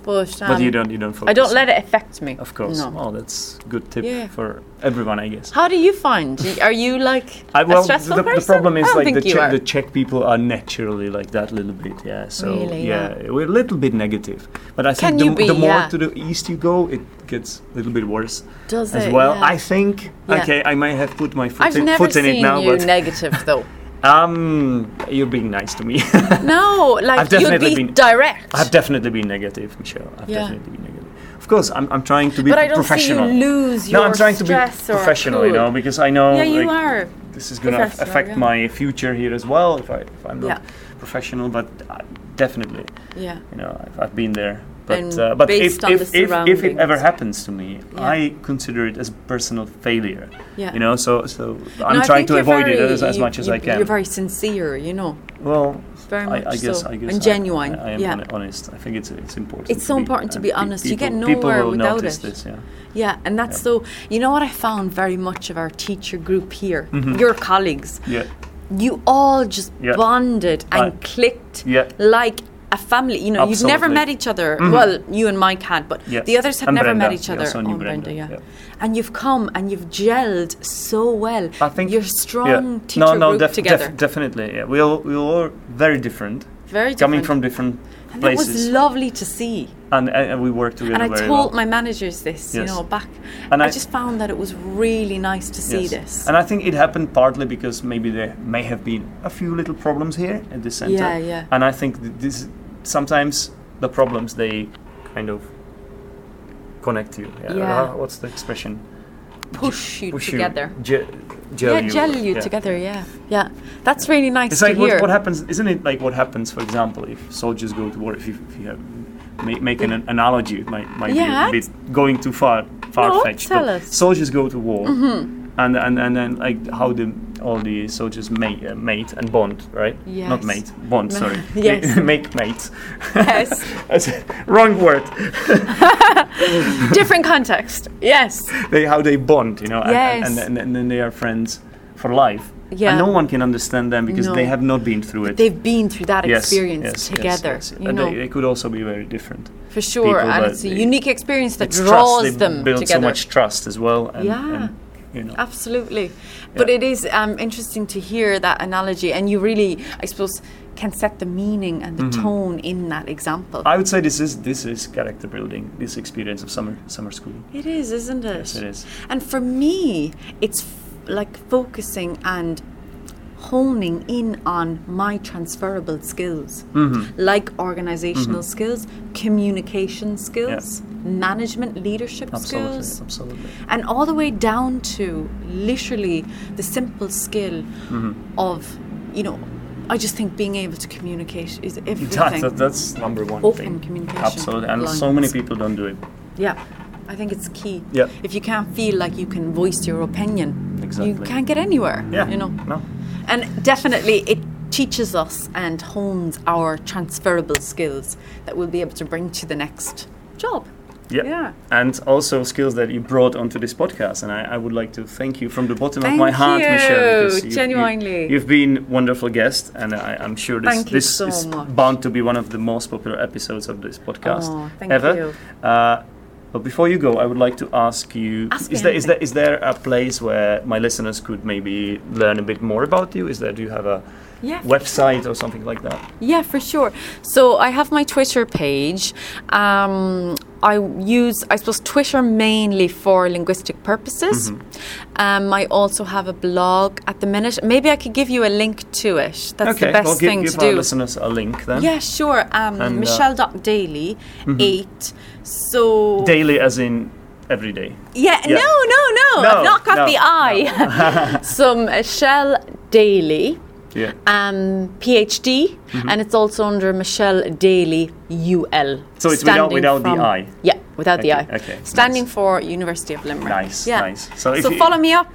[SPEAKER 2] but, um,
[SPEAKER 1] But you don't you don't focus.
[SPEAKER 2] I don't let it affect me.
[SPEAKER 1] Of course.
[SPEAKER 2] No.
[SPEAKER 1] Well, that's good tip
[SPEAKER 2] Yeah.
[SPEAKER 1] for everyone, I guess.
[SPEAKER 2] How do you find? Are you like
[SPEAKER 1] I, well,
[SPEAKER 2] a stressful
[SPEAKER 1] the,
[SPEAKER 2] person?
[SPEAKER 1] the problem is
[SPEAKER 2] I don't
[SPEAKER 1] like
[SPEAKER 2] think
[SPEAKER 1] the,
[SPEAKER 2] you
[SPEAKER 1] Czech,
[SPEAKER 2] are.
[SPEAKER 1] the Czech people are naturally like that little bit, yeah. So
[SPEAKER 2] Really,
[SPEAKER 1] yeah, we're a little bit negative, but I
[SPEAKER 2] Can
[SPEAKER 1] think the,
[SPEAKER 2] you
[SPEAKER 1] m-
[SPEAKER 2] be,
[SPEAKER 1] the more
[SPEAKER 2] yeah.
[SPEAKER 1] to the east you go, it gets a little bit worse
[SPEAKER 2] Does
[SPEAKER 1] as
[SPEAKER 2] it?
[SPEAKER 1] well.
[SPEAKER 2] Yeah.
[SPEAKER 1] I think.
[SPEAKER 2] Yeah.
[SPEAKER 1] Okay, I may have put my foot
[SPEAKER 2] I've
[SPEAKER 1] in,
[SPEAKER 2] never
[SPEAKER 1] foot in
[SPEAKER 2] seen
[SPEAKER 1] it now,
[SPEAKER 2] you
[SPEAKER 1] but
[SPEAKER 2] negative though.
[SPEAKER 1] um, you're being nice to me.
[SPEAKER 2] No, like
[SPEAKER 1] I've
[SPEAKER 2] you'd
[SPEAKER 1] definitely
[SPEAKER 2] be
[SPEAKER 1] been-
[SPEAKER 2] direct.
[SPEAKER 1] I've definitely been negative, Michelle. I've
[SPEAKER 2] Yeah.
[SPEAKER 1] definitely been negative. Of course, I'm, I'm trying to be
[SPEAKER 2] but I don't see you
[SPEAKER 1] professional.
[SPEAKER 2] lose your
[SPEAKER 1] no, I'm trying to be
[SPEAKER 2] stress or
[SPEAKER 1] professional, you
[SPEAKER 2] cool.
[SPEAKER 1] know, because I know
[SPEAKER 2] Yeah, you
[SPEAKER 1] like,
[SPEAKER 2] are.
[SPEAKER 1] this is going to
[SPEAKER 2] Professional,
[SPEAKER 1] affect
[SPEAKER 2] yeah.
[SPEAKER 1] my future here as well if, I, if I'm not
[SPEAKER 2] Yeah.
[SPEAKER 1] professional. But uh, definitely,
[SPEAKER 2] Yeah.
[SPEAKER 1] you know, I've, I've been there. But,
[SPEAKER 2] And
[SPEAKER 1] uh, but if,
[SPEAKER 2] based on
[SPEAKER 1] if,
[SPEAKER 2] the
[SPEAKER 1] if, if it
[SPEAKER 2] surroundings.
[SPEAKER 1] ever happens to me,
[SPEAKER 2] Yeah.
[SPEAKER 1] I consider it as personal failure.
[SPEAKER 2] Yeah.
[SPEAKER 1] You know, so, so I'm
[SPEAKER 2] No,
[SPEAKER 1] trying
[SPEAKER 2] I think
[SPEAKER 1] to
[SPEAKER 2] you're
[SPEAKER 1] avoid it
[SPEAKER 2] very-
[SPEAKER 1] as, as
[SPEAKER 2] you-
[SPEAKER 1] much as
[SPEAKER 2] you-
[SPEAKER 1] I can.
[SPEAKER 2] You're very sincere, you know.
[SPEAKER 1] Well,
[SPEAKER 2] Very
[SPEAKER 1] I, I
[SPEAKER 2] much
[SPEAKER 1] guess
[SPEAKER 2] so.
[SPEAKER 1] I guess
[SPEAKER 2] And
[SPEAKER 1] I-
[SPEAKER 2] genuine,
[SPEAKER 1] I, I am
[SPEAKER 2] yeah.
[SPEAKER 1] hon- honest. I think it's it's important.
[SPEAKER 2] It's so important to
[SPEAKER 1] and
[SPEAKER 2] be
[SPEAKER 1] pe-
[SPEAKER 2] honest. You get
[SPEAKER 1] people-
[SPEAKER 2] nowhere
[SPEAKER 1] people will
[SPEAKER 2] without
[SPEAKER 1] notice
[SPEAKER 2] it.
[SPEAKER 1] This, yeah.
[SPEAKER 2] Yeah, and that's so. You know what I found very much of our teacher group here, your colleagues.
[SPEAKER 1] yeah,
[SPEAKER 2] You all just
[SPEAKER 1] Mm-hmm. Yeah.
[SPEAKER 2] bonded and
[SPEAKER 1] Right.
[SPEAKER 2] clicked
[SPEAKER 1] Yeah.
[SPEAKER 2] like a family. You know, you've never
[SPEAKER 1] Absolutely.
[SPEAKER 2] met each other. Well, you and Mike had, but
[SPEAKER 1] Yeah.
[SPEAKER 2] the others had
[SPEAKER 1] And
[SPEAKER 2] never met
[SPEAKER 1] Brenda.
[SPEAKER 2] each
[SPEAKER 1] Yeah,
[SPEAKER 2] other.
[SPEAKER 1] also knew
[SPEAKER 2] oh, and Brenda,
[SPEAKER 1] Brenda,
[SPEAKER 2] yeah.
[SPEAKER 1] yeah.
[SPEAKER 2] And you've come and you've gelled so well.
[SPEAKER 1] I think
[SPEAKER 2] you're
[SPEAKER 1] yeah.
[SPEAKER 2] strong teacher
[SPEAKER 1] no, no,
[SPEAKER 2] group
[SPEAKER 1] def- def-
[SPEAKER 2] together.
[SPEAKER 1] definitely, yeah. We all we all are very different,
[SPEAKER 2] Very
[SPEAKER 1] coming
[SPEAKER 2] different.
[SPEAKER 1] from different
[SPEAKER 2] And it was
[SPEAKER 1] places,
[SPEAKER 2] lovely to see.
[SPEAKER 1] and, and and we work together
[SPEAKER 2] And I
[SPEAKER 1] very
[SPEAKER 2] told
[SPEAKER 1] well.
[SPEAKER 2] my managers this, you
[SPEAKER 1] Yes.
[SPEAKER 2] know, back.
[SPEAKER 1] And
[SPEAKER 2] I,
[SPEAKER 1] I-
[SPEAKER 2] just found that it was really nice to see
[SPEAKER 1] Yes.
[SPEAKER 2] this.
[SPEAKER 1] And I think it happened partly because maybe there may have been a few little problems here at the center.
[SPEAKER 2] Yeah, yeah.
[SPEAKER 1] And I think th- this sometimes the problems they kind of connect you. Yeah.
[SPEAKER 2] Yeah.
[SPEAKER 1] Uh, what's the expression?
[SPEAKER 2] push you
[SPEAKER 1] push
[SPEAKER 2] together.
[SPEAKER 1] You, ge- gel
[SPEAKER 2] yeah,
[SPEAKER 1] you.
[SPEAKER 2] gel you
[SPEAKER 1] Yeah.
[SPEAKER 2] together. Yeah, yeah. That's really nice
[SPEAKER 1] It's
[SPEAKER 2] to
[SPEAKER 1] like
[SPEAKER 2] hear.
[SPEAKER 1] what, what happens, isn't it? Like what happens, for example, if soldiers go to war. If you, if you have, ma- make an, an analogy, it might, might
[SPEAKER 2] Yeah.
[SPEAKER 1] be a bit going too far, far fetched.
[SPEAKER 2] tell us. Mm-hmm.
[SPEAKER 1] Soldiers go to war, and, and and then like how the all the soldiers mate, uh, mate and bond, right? Not
[SPEAKER 2] Yes.
[SPEAKER 1] mate, bond.
[SPEAKER 2] Ma-
[SPEAKER 1] Sorry,
[SPEAKER 2] yes.
[SPEAKER 1] make mates.
[SPEAKER 2] Yes.
[SPEAKER 1] That's a wrong word.
[SPEAKER 2] Different context. Yes.
[SPEAKER 1] They how they bond, you know, and- and,
[SPEAKER 2] Yes.
[SPEAKER 1] and, and then they are friends for life.
[SPEAKER 2] Yeah.
[SPEAKER 1] And no one can understand them because
[SPEAKER 2] No.
[SPEAKER 1] they have not been through it.
[SPEAKER 2] They've been through that
[SPEAKER 1] Yes,
[SPEAKER 2] experience
[SPEAKER 1] yes, yes,
[SPEAKER 2] together.
[SPEAKER 1] yes.
[SPEAKER 2] You
[SPEAKER 1] And
[SPEAKER 2] know,
[SPEAKER 1] they, they could also be very different.
[SPEAKER 2] for sure,
[SPEAKER 1] people,
[SPEAKER 2] and
[SPEAKER 1] but
[SPEAKER 2] it's a
[SPEAKER 1] it-
[SPEAKER 2] unique experience that
[SPEAKER 1] It's trust.
[SPEAKER 2] draws
[SPEAKER 1] They
[SPEAKER 2] them
[SPEAKER 1] build
[SPEAKER 2] together.
[SPEAKER 1] so much trust as well. And,
[SPEAKER 2] Yeah.
[SPEAKER 1] and, you know.
[SPEAKER 2] Absolutely. But
[SPEAKER 1] Yeah.
[SPEAKER 2] it is um, interesting to hear that analogy, and you really, I suppose, can set the meaning and the tone in that example.
[SPEAKER 1] Mm-hmm. I would say this is this is character building. This experience of summer summer school.
[SPEAKER 2] it is, isn't it?
[SPEAKER 1] Yes, it is.
[SPEAKER 2] And for me, it's f- like focusing and honing in on my transferable skills,
[SPEAKER 1] Mm-hmm.
[SPEAKER 2] like organizational skills, communication skills, management, leadership
[SPEAKER 1] Absolutely,
[SPEAKER 2] skills.
[SPEAKER 1] absolutely.
[SPEAKER 2] and all the way down to literally the simple skill
[SPEAKER 1] Mm-hmm.
[SPEAKER 2] of you know i just think being able to communicate is
[SPEAKER 1] That,
[SPEAKER 2] everything Oh,
[SPEAKER 1] that- that's number one
[SPEAKER 2] Open
[SPEAKER 1] thing.
[SPEAKER 2] communication
[SPEAKER 1] Absolutely, and so
[SPEAKER 2] lines.
[SPEAKER 1] many people don't do it.
[SPEAKER 2] yeah i think it's key
[SPEAKER 1] Yeah.
[SPEAKER 2] if you can't feel like you can voice your opinion you
[SPEAKER 1] Exactly.
[SPEAKER 2] can't get anywhere
[SPEAKER 1] Yeah,
[SPEAKER 2] you know
[SPEAKER 1] no.
[SPEAKER 2] and definitely it teaches us and hones our transferable skills that we'll be able to bring to the next job
[SPEAKER 1] Yeah.
[SPEAKER 2] Yeah.
[SPEAKER 1] And also skills that you brought onto this podcast. And I, I would like to thank you from the bottom of
[SPEAKER 2] Thank
[SPEAKER 1] my heart, Michelle. because
[SPEAKER 2] you, genuinely.
[SPEAKER 1] You've been wonderful guest. And I, I'm sure this,
[SPEAKER 2] Thank you
[SPEAKER 1] this
[SPEAKER 2] so
[SPEAKER 1] is
[SPEAKER 2] much.
[SPEAKER 1] bound to be one of the most popular episodes of this podcast
[SPEAKER 2] Oh, thank
[SPEAKER 1] ever.
[SPEAKER 2] you.
[SPEAKER 1] Uh, but before you go, I would like to ask you:
[SPEAKER 2] Ask me
[SPEAKER 1] is there is
[SPEAKER 2] anything.
[SPEAKER 1] there is there a place where my listeners could maybe learn a bit more about you? Is there do you have a
[SPEAKER 2] Yeah.
[SPEAKER 1] website or something like that?
[SPEAKER 2] Yeah, for sure. So I have my Twitter page. Um, I use, I suppose, Twitter mainly for linguistic purposes.
[SPEAKER 1] Mm-hmm.
[SPEAKER 2] Um, I also have a blog at the minute. Maybe I could give you a link to it. That's
[SPEAKER 1] okay,
[SPEAKER 2] the best
[SPEAKER 1] well, give,
[SPEAKER 2] thing
[SPEAKER 1] give
[SPEAKER 2] to
[SPEAKER 1] our
[SPEAKER 2] do.
[SPEAKER 1] listeners a link then.
[SPEAKER 2] Yeah, sure. Um,
[SPEAKER 1] And, uh, Mm-hmm.
[SPEAKER 2] Michelle.daily, eight. So.
[SPEAKER 1] Daily, as in every day.
[SPEAKER 2] Yeah,
[SPEAKER 1] Yeah.
[SPEAKER 2] no, no, no,
[SPEAKER 1] No,
[SPEAKER 2] I've not got
[SPEAKER 1] no,
[SPEAKER 2] the I. so Michelle Daily
[SPEAKER 1] Yeah.
[SPEAKER 2] um, PhD,
[SPEAKER 1] Mm-hmm.
[SPEAKER 2] and it's also under Michelle Daly UL.
[SPEAKER 1] So it's without-
[SPEAKER 2] standing
[SPEAKER 1] without the
[SPEAKER 2] from-
[SPEAKER 1] I?
[SPEAKER 2] Yeah, without the
[SPEAKER 1] Okay,
[SPEAKER 2] I.
[SPEAKER 1] okay,
[SPEAKER 2] Standing
[SPEAKER 1] nice.
[SPEAKER 2] for University of Limerick.
[SPEAKER 1] Nice,
[SPEAKER 2] Yeah.
[SPEAKER 1] nice. So if you-
[SPEAKER 2] follow me up.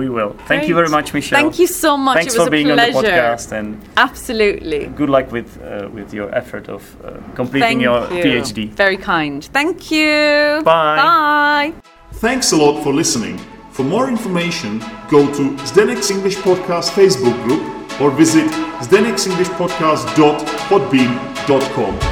[SPEAKER 1] we will. Thank you very
[SPEAKER 2] Great.
[SPEAKER 1] much, Michelle.
[SPEAKER 2] Thank you so much.
[SPEAKER 1] Thanks
[SPEAKER 2] it was
[SPEAKER 1] for
[SPEAKER 2] a
[SPEAKER 1] being
[SPEAKER 2] pleasure.
[SPEAKER 1] on the podcast, and
[SPEAKER 2] Absolutely.
[SPEAKER 1] good luck with uh, with your effort of uh, completing
[SPEAKER 2] Thank
[SPEAKER 1] your
[SPEAKER 2] you.
[SPEAKER 1] PhD.
[SPEAKER 2] Very kind. Thank you.
[SPEAKER 1] Bye.
[SPEAKER 2] Bye.
[SPEAKER 3] Thanks a lot for listening. For more information, go to Zdenek's English Podcast Facebook group or visit zdenek'senglishpodcast.podbean.com.